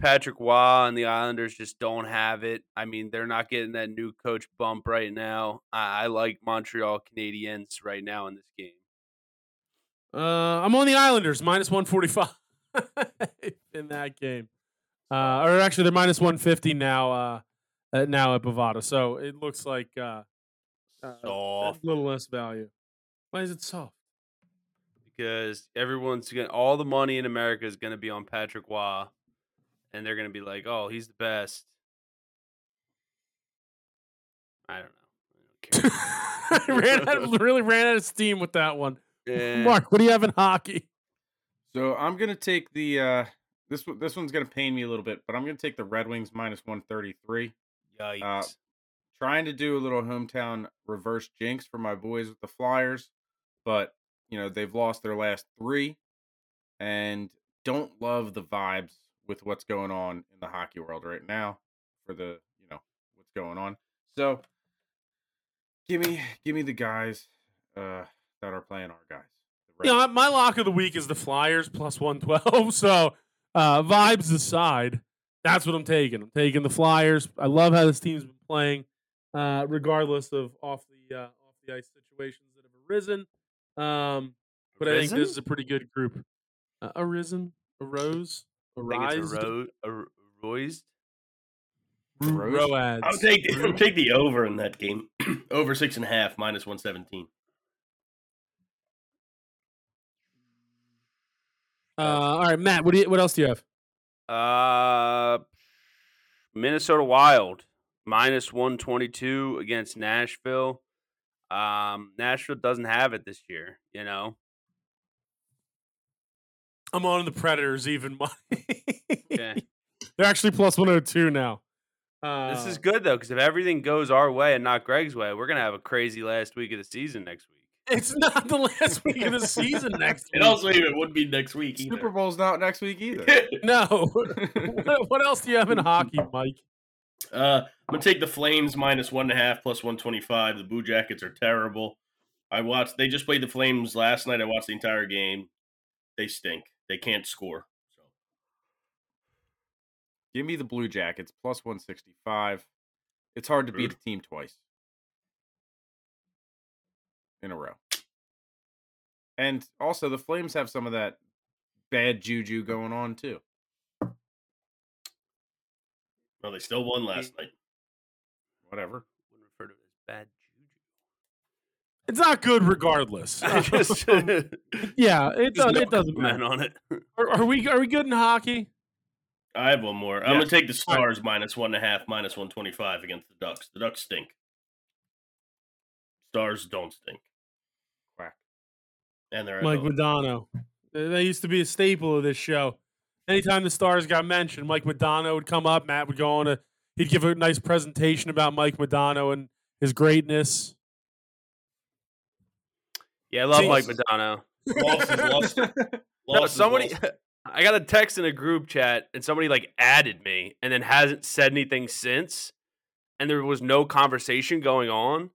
Patrick Waugh and the Islanders just don't have it. I mean, they're not getting that new coach bump right now. I, I like Montreal Canadiens right now in this game.
Uh, I'm on the Islanders minus 145 in that game, uh, or actually they're minus 150 now. Uh, uh, now at Bovada, so it looks like uh, uh, a
Soft.
little less value. Why is it soft?
because everyone's gonna all the money in America is gonna be on Patrick Waugh, and they're gonna be like, "Oh, he's the best." I don't know. I don't
I ran out of, really ran out of steam with that one.
care. Eh,
Mark, what do you have in hockey?
So I'm gonna take the uh this one- this one's gonna pain me a little bit, but I'm gonna take the Red Wings minus one thirty three.
yikes!
Trying to do a little hometown reverse jinx for my boys with the Flyers, but you know they've lost their last three, and don't love the vibes with what's going on in the hockey world right now for the you know what's going on. So give me give me the guys uh that are playing our guys. The Red
Yeah, my- my lock of the week is the Flyers plus 112. So, uh, vibes aside, that's what I'm taking. I'm taking the Flyers. I love how this team's been playing, uh, regardless of off the uh, off the ice situations that have arisen. Um, but I think
Arisen?
this is a pretty good group. Uh, arisen, arose,
I think it's
arised,
ero- er- eroised.
Arose?
roads.
I'll take the, I'll take the over in that game. over six and a half, minus one seventeen.
Uh, all right, Matt. What do you, what else do you have?
Uh, Minnesota Wild minus one twenty two against Nashville. Um, Nashville doesn't have it this year. You know,
I'm on the Predators even money.
Yeah.
They're actually plus 102 now. Uh,
This is good though, because if everything goes our way and not Greg's way, we're gonna have a crazy last week of the season next week.
It's not the last week of the season next
And
week.
also, it would be next week. either.
Super Bowl's not next week either.
no. what, what else do you have in hockey, Mike?
Uh, I'm gonna take the Flames minus one and a half plus one twenty five. The Blue Jackets are terrible. I watched. They just played the Flames last night. I watched the entire game. They stink. They can't score. So
Give me the Blue Jackets plus 165. It's hard to beat
Sure.
a team twice in a row. And also, the Flames have some of that bad juju going on too.
no, they still won last night.
Whatever.
Wouldn't refer to it as bad juju.
It's not good regardless.
I just
yeah, it,
there's
does,
no
it doesn't
comment
matter.
on it.
Are, are we are we good in hockey?
I have one more. I'm
Yeah.
gonna take the
All right.
Stars minus one and a half, minus one twenty five against the Ducks. The Ducks stink. Stars don't stink,
Quack.
and they're at
Mike
home.
Madonna. That used to be a staple of this show. Anytime the stars got mentioned, Mike Madonna would come up. Matt would go on a. He'd give a nice presentation about Mike Madonna and his greatness.
Yeah, I love Mike
Jesus.
Madonna.
loss is lost.
No,
Loss is
somebody,
lost.
I got a text in a group chat, and somebody like added me, and then hasn't said anything since, and there was no conversation going on.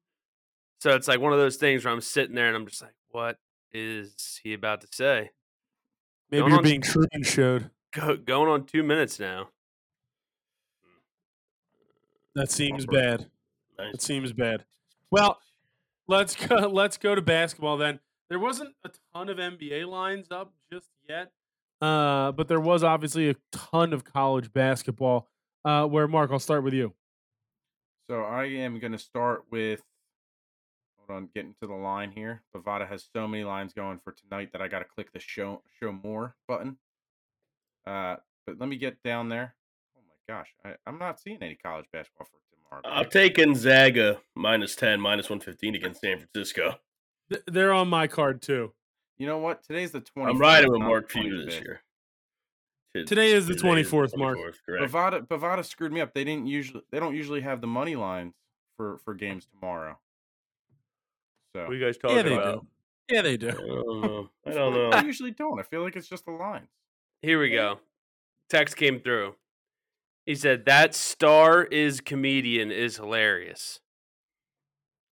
So it's like one of those things where I'm sitting there and I'm just like, what is he about to say?
Maybe
Going
you're
on-
being true and showed.
Go, going on two minutes now.
That seems bad. It
Nice.
seems bad. Well, let's go. Let's go to basketball then. There wasn't a ton of NBA lines up just yet, uh, but there was obviously a ton of college basketball. Uh, where Mark, I'll start with you.
So I am going to start with. Hold on, getting to the line here. Bovada has so many lines going for tonight that I got to click the show show more button. Uh, but let me get down there. Oh my gosh, I, I'm not seeing any college basketball for tomorrow.
I'm taking Zaga minus ten, minus one fifteen against San Francisco.
Th- they're on my card too.
You know what? Today's the 20th.
I'm riding with Mark Few this year. T-
Today is the
today
24th, Mark.
24th, correct.
Bavada Bavada screwed me up. They didn't usually they don't usually have the money lines for for games tomorrow. So
What are you guys talking
Yeah, they
about?
do. Yeah, they
I
do.
don't know. I don't
I
know.
usually don't. I feel like it's just the lines.
Here we go. Text came through. He said, That star is comedian is hilarious.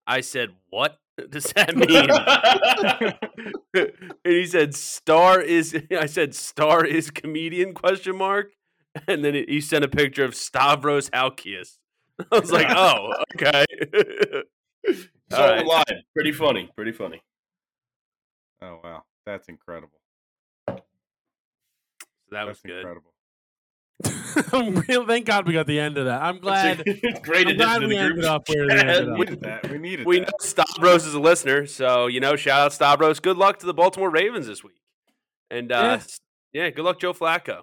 I said, What does that mean? and he said, Star is I said, Star is comedian question mark. and then he- he sent a picture of Stavros Halkias. I was like, oh, okay.
It's
All
all
right.
live. Pretty funny. Pretty funny.
Oh wow, that's incredible.
that was
that's
good.
incredible.
I'm real. Thank God we got the end of that. I'm glad.
It's a great
I'm glad
addition to
we
the
ended
group.
up where we ended
We
up.
needed that. We needed
We know
that.
Stavros is a listener, so you know, shout out Stavros. Good luck to the Baltimore Ravens this week, and uh,
Yeah.
s- yeah, good luck, Joe Flacco.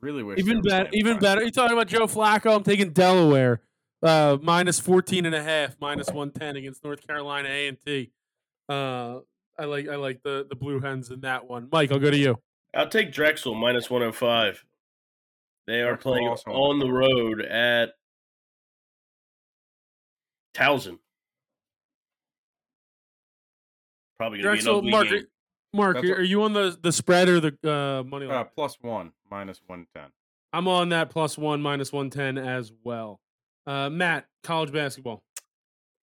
Really wish
Even
there was
better.
time
Even
for
better. You talking about Joe Flacco? I'm taking Delaware uh, minus 14 and a half, minus 110 against North Carolina A and T. Uh, I like I like the the Blue Hens in that one. Mike, I'll go to you.
I'll take Drexel minus 105. They are
Drexel
playing
also on
on the road at Towson. Probably going to be
Drexel,
an ugly
Mark,
game.
Mark,
That's
are,
a-
are you on the the spread or the uh, money line?
Uh, plus one, minus one ten.
I'm on that plus one, minus 110 as well. Uh, Matt, college basketball.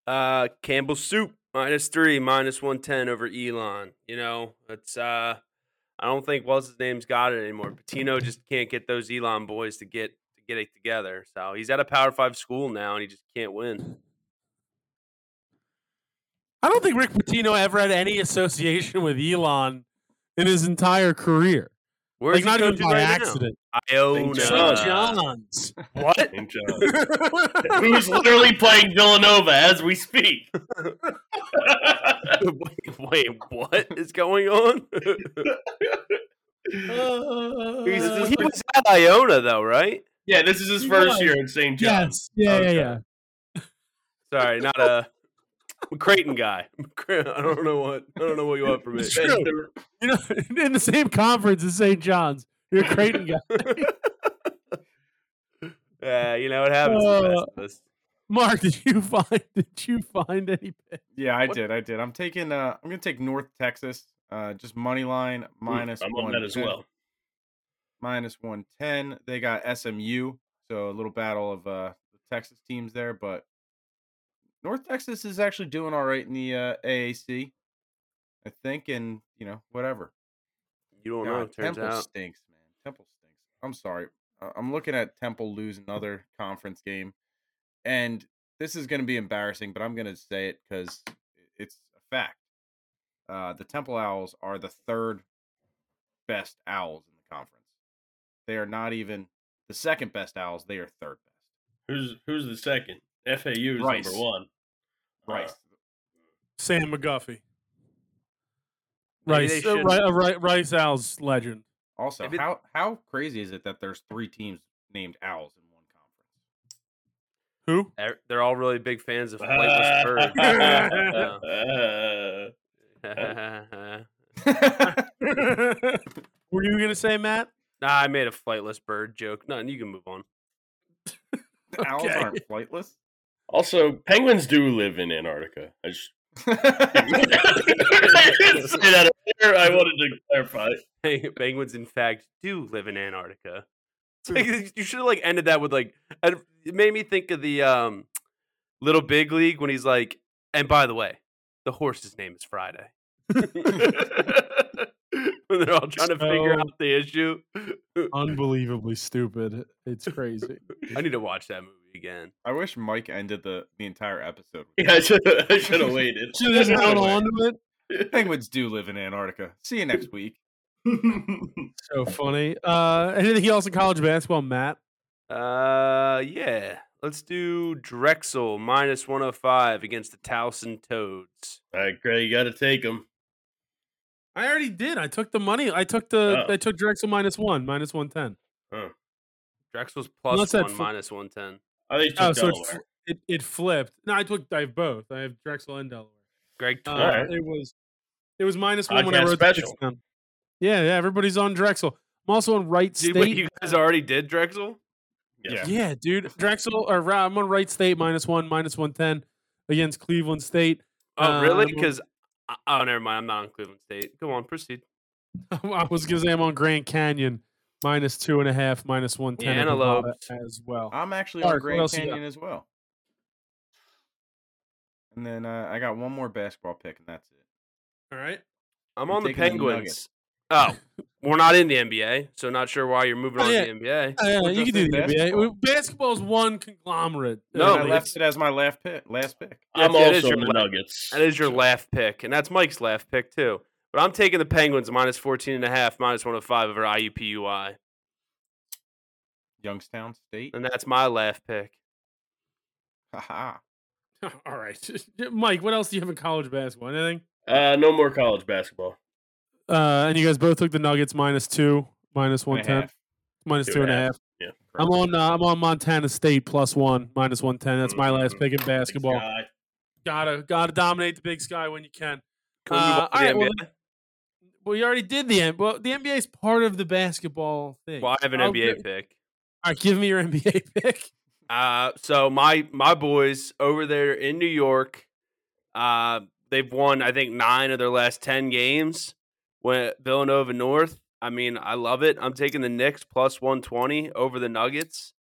Uh, Campbell Soup minus three, minus one ten over Elon. You know, it's uh, I don't think what's his name's got it anymore. Patino just can't get those Elon boys to get to get it together. So he's at a Power Five school now, and he just can't win.
I don't think Rick Pitino ever had any association with Elon in his entire career.
Where's
like not even by accident.
Iona.
St.
St.
Uh,
John's.
What?
Thank God. Who's literally playing Villanova as we speak?
wait, wait, what is going on? He's-
Uh,
he was at Iona though, right?
yeah, this is his
He
first
was.
year in St. John's.
yes. Yeah, yeah,
Okay.
yeah.
Sorry, not a Creighton guy. I don't know what I don't know what you want from me.
It's true. You know, in the same conference as St. John's. You're a Creighton guy.
Yeah, you know it happens. to the best of us.
Mark, did you find did you find any pick?
Yeah, I
What-
did. I did. I'm taking. Uh, I'm gonna take North Texas. Uh, just money line minus
I'm on
one
that as well.
minus 110. They got SMU, so a little battle of uh, the Texas teams there, but North Texas is actually doing all right in the uh, AAC, I think, and you know whatever.
You don't know.
God,
Oh, It turns
Temple
out
stinks, man. Temple stinks. I'm sorry. Uh, I'm looking at Temple lose another conference game, and this is going to be embarrassing, but I'm going to say it because it's a fact. Uh, the Temple Owls are the third best Owls in the conference. They are not even the second best Owls. They are third best.
Who's who's the second? FAU is
Rice.
number one.
Rice.
Sam McGuffey.
Maybe
Rice.
they
Uh,
should-
Ri- uh, Ri- Rice Al's legend.
also,
if it-
how how crazy is it that there's three teams named Owls in one conference?
Who?
they're- they're all really big fans of Flightless Bird.
Uh, uh,
nah,
Were you gonna say Matt?
I made a Flightless Bird joke. No, you can move on.
The Owls
Okay.
aren't flightless.
also, penguins do live in Antarctica. I just Get out of there. I wanted to clarify.
Penguins, in fact, do live in Antarctica. It's like, you should have like ended that with like. I- It made me think of the um, Little Big League when he's like, and by the way, the horse's name is Friday. when they're all trying to figure
So-
out the issue.
Unbelievably stupid. It's crazy.
I need to watch that movie again.
I wish Mike ended the, the entire episode. with
Yeah, I should I should have waited.
Should have just held
way.
on to it.
that. Penguins do live in Antarctica. See you next week.
So funny. Uh, anything else in college basketball, Matt?
Uh, yeah. Let's do Drexel minus 105 against the Towson Toads.
All right, Gray, you got to take them.
I already did. I took the money. I took the.
Oh.
I took Drexel minus one, minus one ten.
Drexel's plus
Unless that
one,
fl-
minus 110.
I think
Oh,
took
so it,
Delaware.
fl- it it flipped. No, I took. I have both. I have Drexel and Delaware.
Greg,
Uh,
Alright.
It was. It was minus one when I
Podcast
wrote the picks
special.
down. Yeah, yeah. Everybody's on Drexel. I'm also on Wright
Dude,
State.
wait, you guys already did Drexel?
Yeah.
Yeah.
Yeah, dude. Drexel or Ra- I'm on Wright State minus one, minus one ten against Cleveland State.
Oh, really?
Um,
Because oh, never mind. I'm not on Cleveland State. Go on, proceed.
Um, I was gonna say I'm on Grand Canyon minus two and a half, minus one ten
Yeah,
at Nevada
antelopes.
as well.
I'm actually
Mark,
on
what
Grand
else you got?
Canyon as well. And then uh, I got one more basketball pick, and that's it.
All right.
I'm
You're
on the
taking the Nuggets.
Penguins. Oh, we're not in the NBA, so not sure why you're moving on
Yeah.
to the NBA.
Uh,
Well,
you
just
can do
in
the
basketball.
NBA. Basketball's one conglomerate.
No,
and I
it's-
left it as my last pick. Last pick.
I'm
Yeah, it is
also on the
your la-
Nuggets.
That is your laugh pick, and that's Mike's laugh pick too. But I'm taking the Penguins minus 14 and a half, minus 105 over IUPUI,
Youngstown State.
and that's my laugh pick.
Haha.
All right, Mike. What else do you have in college basketball? Anything?
Uh, no more college basketball.
Uh, and you guys both took the Nuggets minus two, minus
And a
one ten,
half.
minus
Two
two
and
and a
a
half.
Yeah.
I'm on. Uh, I'm on Montana State plus one, minus one ten. That's my last
Mm,
pick in
Thanks,
basketball.
guy.
Gotta gotta dominate the Big Sky when you can.
Can we move
Uh,
on to
all
the
right, well,
NBA?
Well, you already did the NBA. Well, the NBA is part of the basketball thing.
Well, I have an
I'll
NBA
give-
pick.
All right, give me your NBA pick.
Uh, so my my boys over there in New York, uh, they've won I think nine of their last ten games. When Villanova North, I mean, I love it. I'm taking the Knicks plus one twenty over the Nuggets.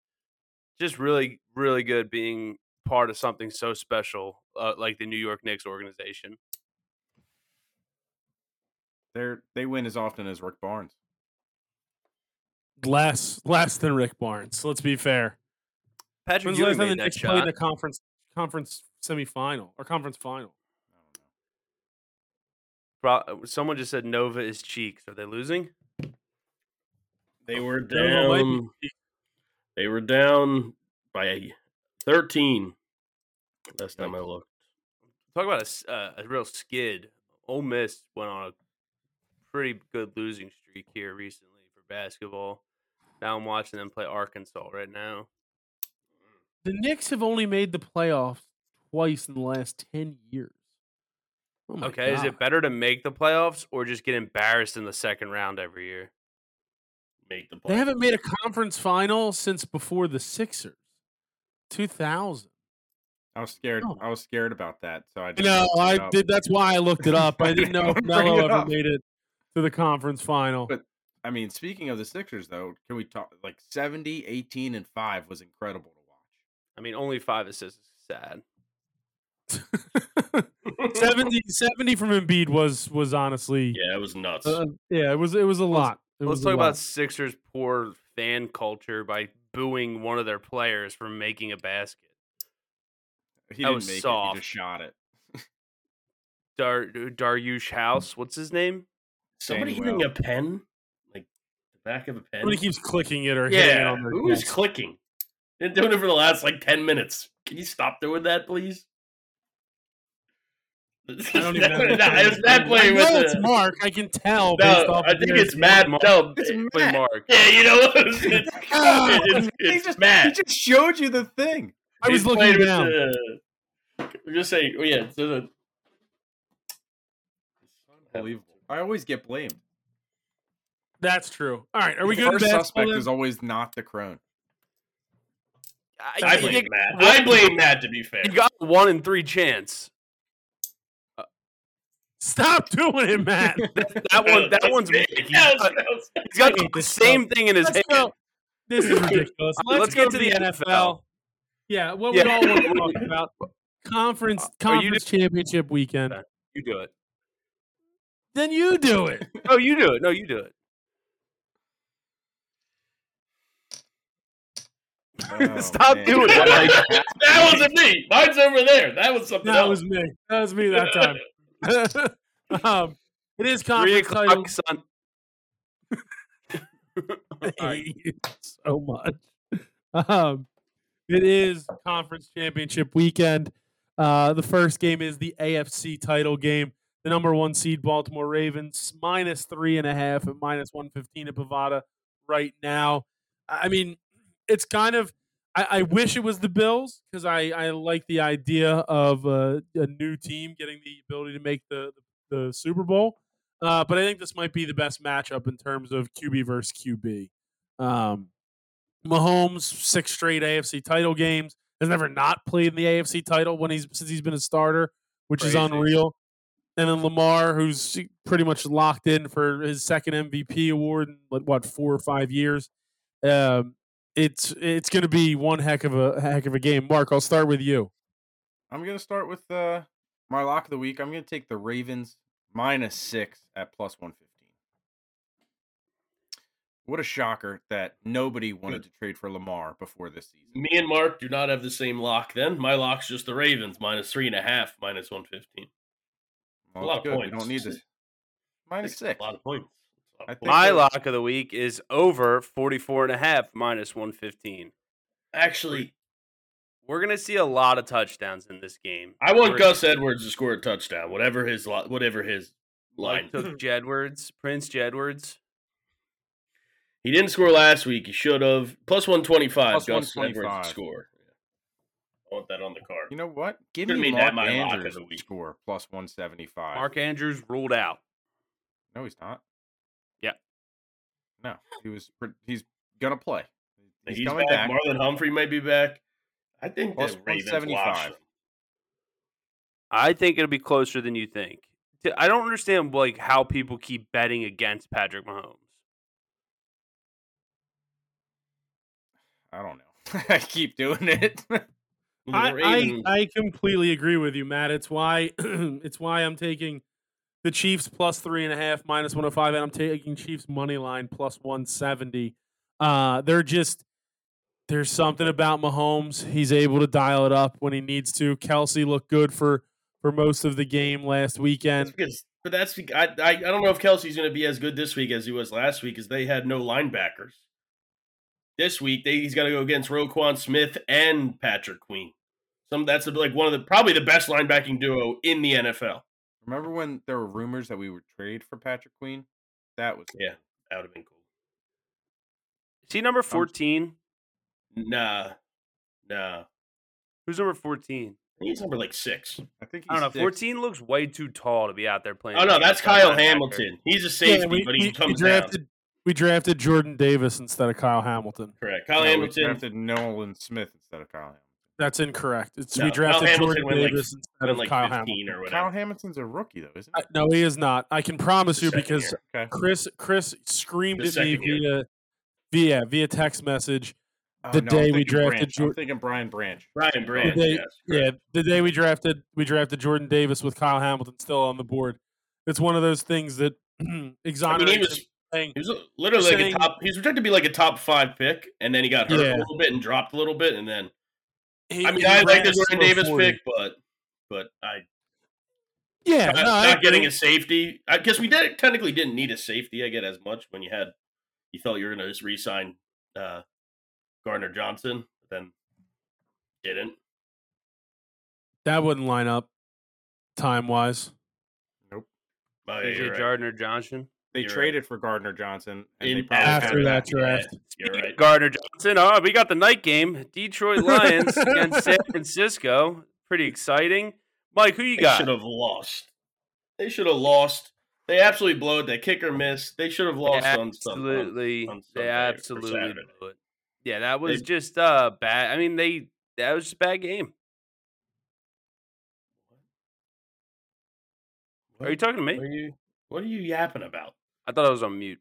Just really, really good being part of something so special uh, like the New York Knicks organization.
They're they win as often as Rick Barnes.
Less less than Rick Barnes. Let's be fair. When's
Patrick
the last
Ewing
time the
made that
Knicks played in
shot.
a conference conference semifinal or conference final?
Pro- someone just said Nova is cheeks. Are they losing?
They were
Villanova Oh, might be-
down. They were down by 13 last time I looked.
Talk about a, s- uh, a real skid. Ole Miss went on a pretty good losing streak here recently for basketball. Now I'm watching them play Arkansas right now.
The Knicks have only made the playoffs twice in the last ten years. Oh my
okay, is
God.
it better to make the playoffs or just get embarrassed in the second round every year?
Make the play.
They haven't made a conference final since before the Sixers, two thousand.
I was scared.
No.
I was scared about that, so I just
No,
looked it
Oh. I
up.
did. That's why I looked it up. I didn't know if
Bring
Melo
it
ever
up.
made it to the conference final.
But- I mean, speaking of the Sixers, though, can we talk like 70, 18, and five was incredible to watch.
I mean, only five assists is sad.
70, 70 from Embiid was was honestly,
Yeah, it was nuts.
uh, yeah, it was it was a lot. It
Let's
was a
talk
lot.
about Sixers' poor fan culture by booing one of their players for making a basket.
He
That
didn't
was
make it.
soft.
He just shot it.
Dar-
Hmm.
Daryush House, what's his name?
Somebody hitting
Manuel.
a pen, like the back of a pen.
Somebody keeps clicking it or hitting it
yeah,
on their
who's
desk.
clicking? Been doing it for the last like ten minutes. Can you stop doing that, please? I
don't even know who
It was Matt
I
playing with
know it's
the-
Mark. I can tell. based
No,
off
I
of
think
yours.
it's Matt.
Mark.
No,
It's
it-
Play
Matt.
Mark.
yeah, you know what? It's, it's,
God.
it's,
He
it's
just-
Matt.
He just showed you the thing.
I was
He's
looking
playing with
down.
the- I'm just saying. Oh yeah, so the-
Unbelievable. I always get blamed.
That's true. All right, are we
the
good?
First
to
suspect
basketball
is always not the crone.
I
you
blame
get-
Matt. I blame Matt. To be fair,
You got one in three chance.
then? Stop doing it, Matt.
That one, that one's
big.
weak. He's got, he's got the same thing in his
Let's
hand.
go. This is ridiculous. Let's,
Let's
go
get to the NFL.
Yeah, what we
Yeah.
all want to talk about conference
Are you
conference championship weekend.
Okay. You do it.
Then you do it.
No, you do it. No, you do it.
Oh,
Stop
man.
doing it.
Like, that wasn't me. Mine's over there. That was something
That
else.
was me. That was me that time. um, it is
Three
conference title.
o'clock, son.
I hate you so much. Um, it is conference championship weekend. Uh, the first game is the AFC title game. The number one seed Baltimore Ravens minus three and a half and minus one fifteen at Bovada right now. I I mean, it's kind of. I, I wish it was the Bills because I, I like the idea of a, a new team getting the ability to make the the Super Bowl. Uh, but I think this might be the best matchup in terms of QB versus QB. Um, Mahomes six straight AFC title games has never not played in the AFC title when he's since he's been a starter, which is
Crazy.
unreal. And then Lamar, who's pretty much locked in for his second MVP award in like, what four or five years. Um, it's it's going to be one heck of a heck of a game. Mark, I'll start with you.
I'm gonna start with uh, my lock of the week. I'm gonna take the Ravens minus six at plus one fifteen. What a shocker that nobody wanted to trade for Lamar before this season.
Me and Mark do not have the same lock. Then my lock's just the Ravens minus three and a half, minus one fifteen.
Well,
a
it's
lot of
good. We
points.
don't need this. Minus six.
A lot of points. It's a lot of
I think
points.
My
they're-
lock of the week is over 44 and a half minus 115.
Actually,
We're going to see a lot of touchdowns in this game.
I want
We're-
Gus Edwards to score a touchdown, whatever his lo- whatever his
Like
line.
took Jedwards, Prince Jedwards.
He didn't score last week. He should have. Plus one twenty five.
Plus
Gus Edwards
125.
to score. I want that on the card.
You know what? Give
Should've
me
made that
Mark
my lock of
Andrews
the week.
score plus one seventy five.
Mark Andrews ruled out.
No, he's not.
Yeah.
No, he was. pre- He's gonna play.
he's back. Marlon Humphrey may be back. I think
Plus
that Ravens wash
175.
him.
I think it'll be closer than you think. T- I don't understand like how people keep betting against Patrick Mahomes.
I don't know. I keep doing it.
The
I,
Ravens-
I, I completely agree with you, Matt. It's why it's why I'm taking the Chiefs plus three and a half, minus one hundred five, and I'm taking Chiefs money line plus one seventy. Uh, they're just there's something about Mahomes. He's able to dial it up when he needs to. Kelsey looked good for for most of the game last
that's
weekend.
because, but that's bec- I, I I don't know if Kelsey's going to be as good this week as he was last week, because they had no linebackers. This week they, he's got to go against Roquan Smith and Patrick Queen. Some that's like one of the probably the best linebacking duo in the NFL.
Remember when there were rumors that we would trade for Patrick Queen? That was
Yeah. That would have been cool.
Is he number 14?
Nah, nah.
Who's number 14?
I think He's number like six.
I think he's
I don't know.
six.
14 looks way too tall to be out there playing.
Oh no, that's
against that
Kyle
linebacker.
Hamilton. He's a safety,
Yeah, we-
but
we-
he
we
comes down.
drafted we drafted Jordan Davis instead of Kyle Hamilton.
Correct. Kyle
No, we
Hamilton
drafted Nolan Smith instead of Kyle Hamilton.
That's incorrect. It's
No,
we
Kyle
drafted
Hamilton
Jordan
went like-
Davis instead
in
of
like
Kyle Hamilton.
fifteen or
Kyle
whatever.
Hamilton's a rookie though, isn't
Uh,
he?
No, he is not. I can promise
The
you
second
because
year.
Okay.
Chris Chris screamed
The
at me
second year.
via via via text message.
Oh,
the
no, I'm
day we
thinking
drafted
Branch. I'm
Jor-
thinking Brian Branch.
Brian Branch.
they-
yes,
Yeah, the day we drafted we drafted Jordan Davis with Kyle Hamilton still on the board. It's one of those things that
I mean,
exonerates
he
him
was
playing.
he was literally like a
Saying-
top. He was projected to be like a top five pick, and then he got hurt
Yeah.
a little bit and dropped a little bit, and then
He-
I mean,
he
I like
ran
the Jordan
over
Davis
40.
pick, but but I
Yeah,
not,
no, I
not getting
agree.
a safety. I guess we did technically didn't need a safety. I get as much when you had you felt you were going to just re-sign uh, Gardner Johnson, but then didn't.
that wouldn't line up time wise.
Oh, yeah,
J.J.
you're right.
Gardner Johnson.
They
You're right.
traded for Gardner Johnson. and they
In-
probably had
After
him.
that draft.
You're right.
Gardner Johnson. Oh, we got the night game. Detroit Lions against San Francisco. Pretty exciting. Mike, who you
They
got?
should have lost. They should have lost. They absolutely blew it. That kicker missed. They should have
They
lost on some. on-
absolutely.
Sunday
They
or
absolutely
Saturday.
blew it. Yeah, that was
They-
just uh bad. I mean, they that was just a bad game. Are you talking to
What
me?
are you? What are you yapping about?
I thought I was on mute.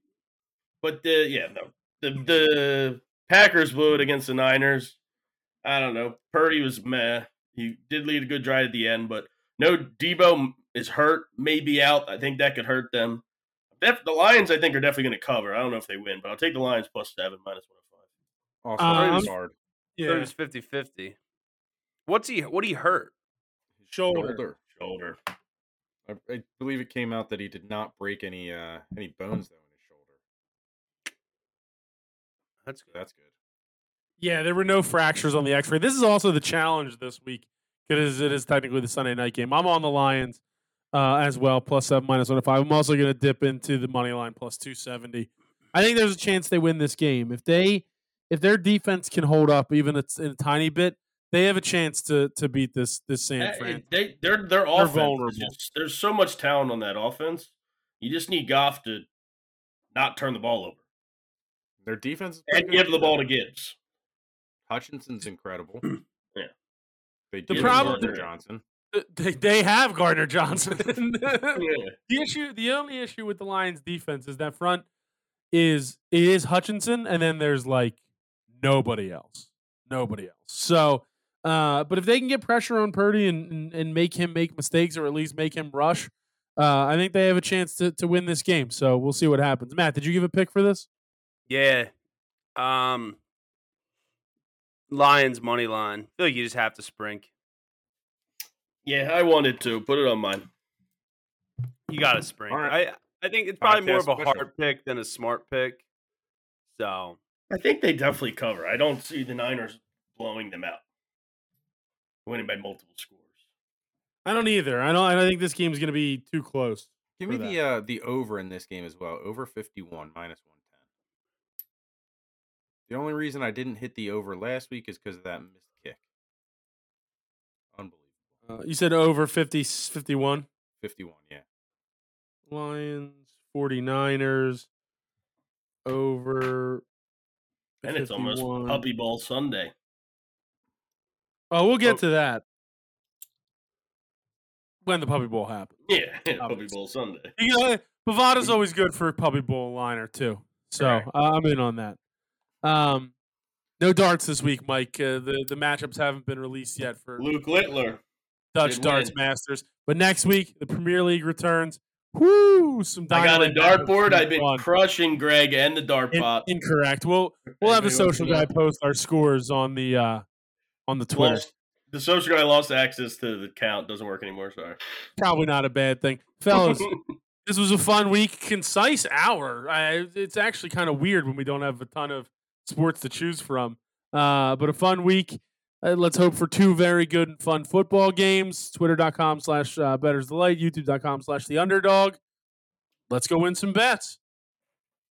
But the yeah, no. The the Packers blew it against the Niners. I don't know. Purdy was meh. He did lead a good drive at the end, but no Debo is hurt, maybe out. I think that could hurt them. Def, the Lions, I think, are definitely going to cover. I don't know if they win, but I'll take the Lions plus seven, minus one hundred five.
Also,
Um,
Gard-
Yeah. It was 50-50. What's he what he hurt?
shoulder.
shoulder.
Shoulder.
I, I believe it came out that he did not break any uh any bones though in his shoulder.
That's
So that's good.
Yeah, there were no fractures on the X-ray. This is also the challenge this week because it is technically the Sunday night game. I'm on the Lions uh, as well, plus seven, minus one five. I'm also going to dip into the money line plus two seventy. I think there's a chance they win this game if they if their defense can hold up even a, t- a tiny bit. They have a chance to to beat this this San
Eh,
Fran.
They they're they're offense. is
vulnerable.
just- there's so much talent on that offense. You just need Goff to not turn the ball over
Their defense is
and
pretty
give
good,
the ball
though.
to Gibbs.
Hutchinson's incredible.
Yeah.
They
The
did
problem-
Gardner Johnson.
They, they have Gardner Johnson.
Yeah.
the issue the only issue with the Lions defense is that front is it is Hutchinson and then there's like nobody else. Nobody else. So uh but if they can get pressure on Purdy and and, and make him make mistakes or at least make him rush, uh I think they have a chance to, to win this game. So we'll see what happens. Matt, did you give a pick for this?
Yeah. Um Lions money line. I feel like you just have to sprink.
Yeah, I wanted to put it on mine.
You gotta sprink.
Mm-hmm. All right.
I I think it's probably more of a
Podcast special.
hard pick than a smart pick. So
I think they definitely cover. I don't see the Niners blowing them out, winning by multiple scores.
I don't either. I don't. I don't think this game's going to be too close.
Give
for
me the uh, the over in this game as well. Over fifty one minus one ten. The only reason I didn't hit the over last week is because of that missed kick. Unbelievable.
Uh, you said over 50, 51.
Fifty one, yeah.
Lions, 49ers, over.
And it's almost
51.
puppy ball Sunday.
Oh, we'll get
Oh.
to that when the puppy bowl happens.
Yeah, puppy
Obvious.
ball Sunday.
You know, Bovada's always good for a puppy bowl liner too. So
Correct.
uh, I'm in on that. Um, no darts this week, Mike. Uh, the the matchups haven't been released yet for
Luke Littler.
Dutch
Good
Darts
win.
Masters. But next week, the Premier League returns. Woo! Some
I got a
dynamite matches.
dartboard. I've been
Fun.
crushing Greg and the dart
In-
pot.
incorrect. We'll we'll have the
Anybody wants
social
to know?
guy post our scores on the uh on the Twitter.
Lost- the social guy lost access to the count. Doesn't work anymore. Sorry.
Probably not a bad thing, fellas. this was a fun week, concise hour. I, it's actually kind of weird when we don't have a ton of sports to choose from. Uh, but a fun week. Uh, let's hope for two very good and fun football games. Twitter.com slash uh, betters the light, YouTube.com slash the underdog. Let's go win some bets.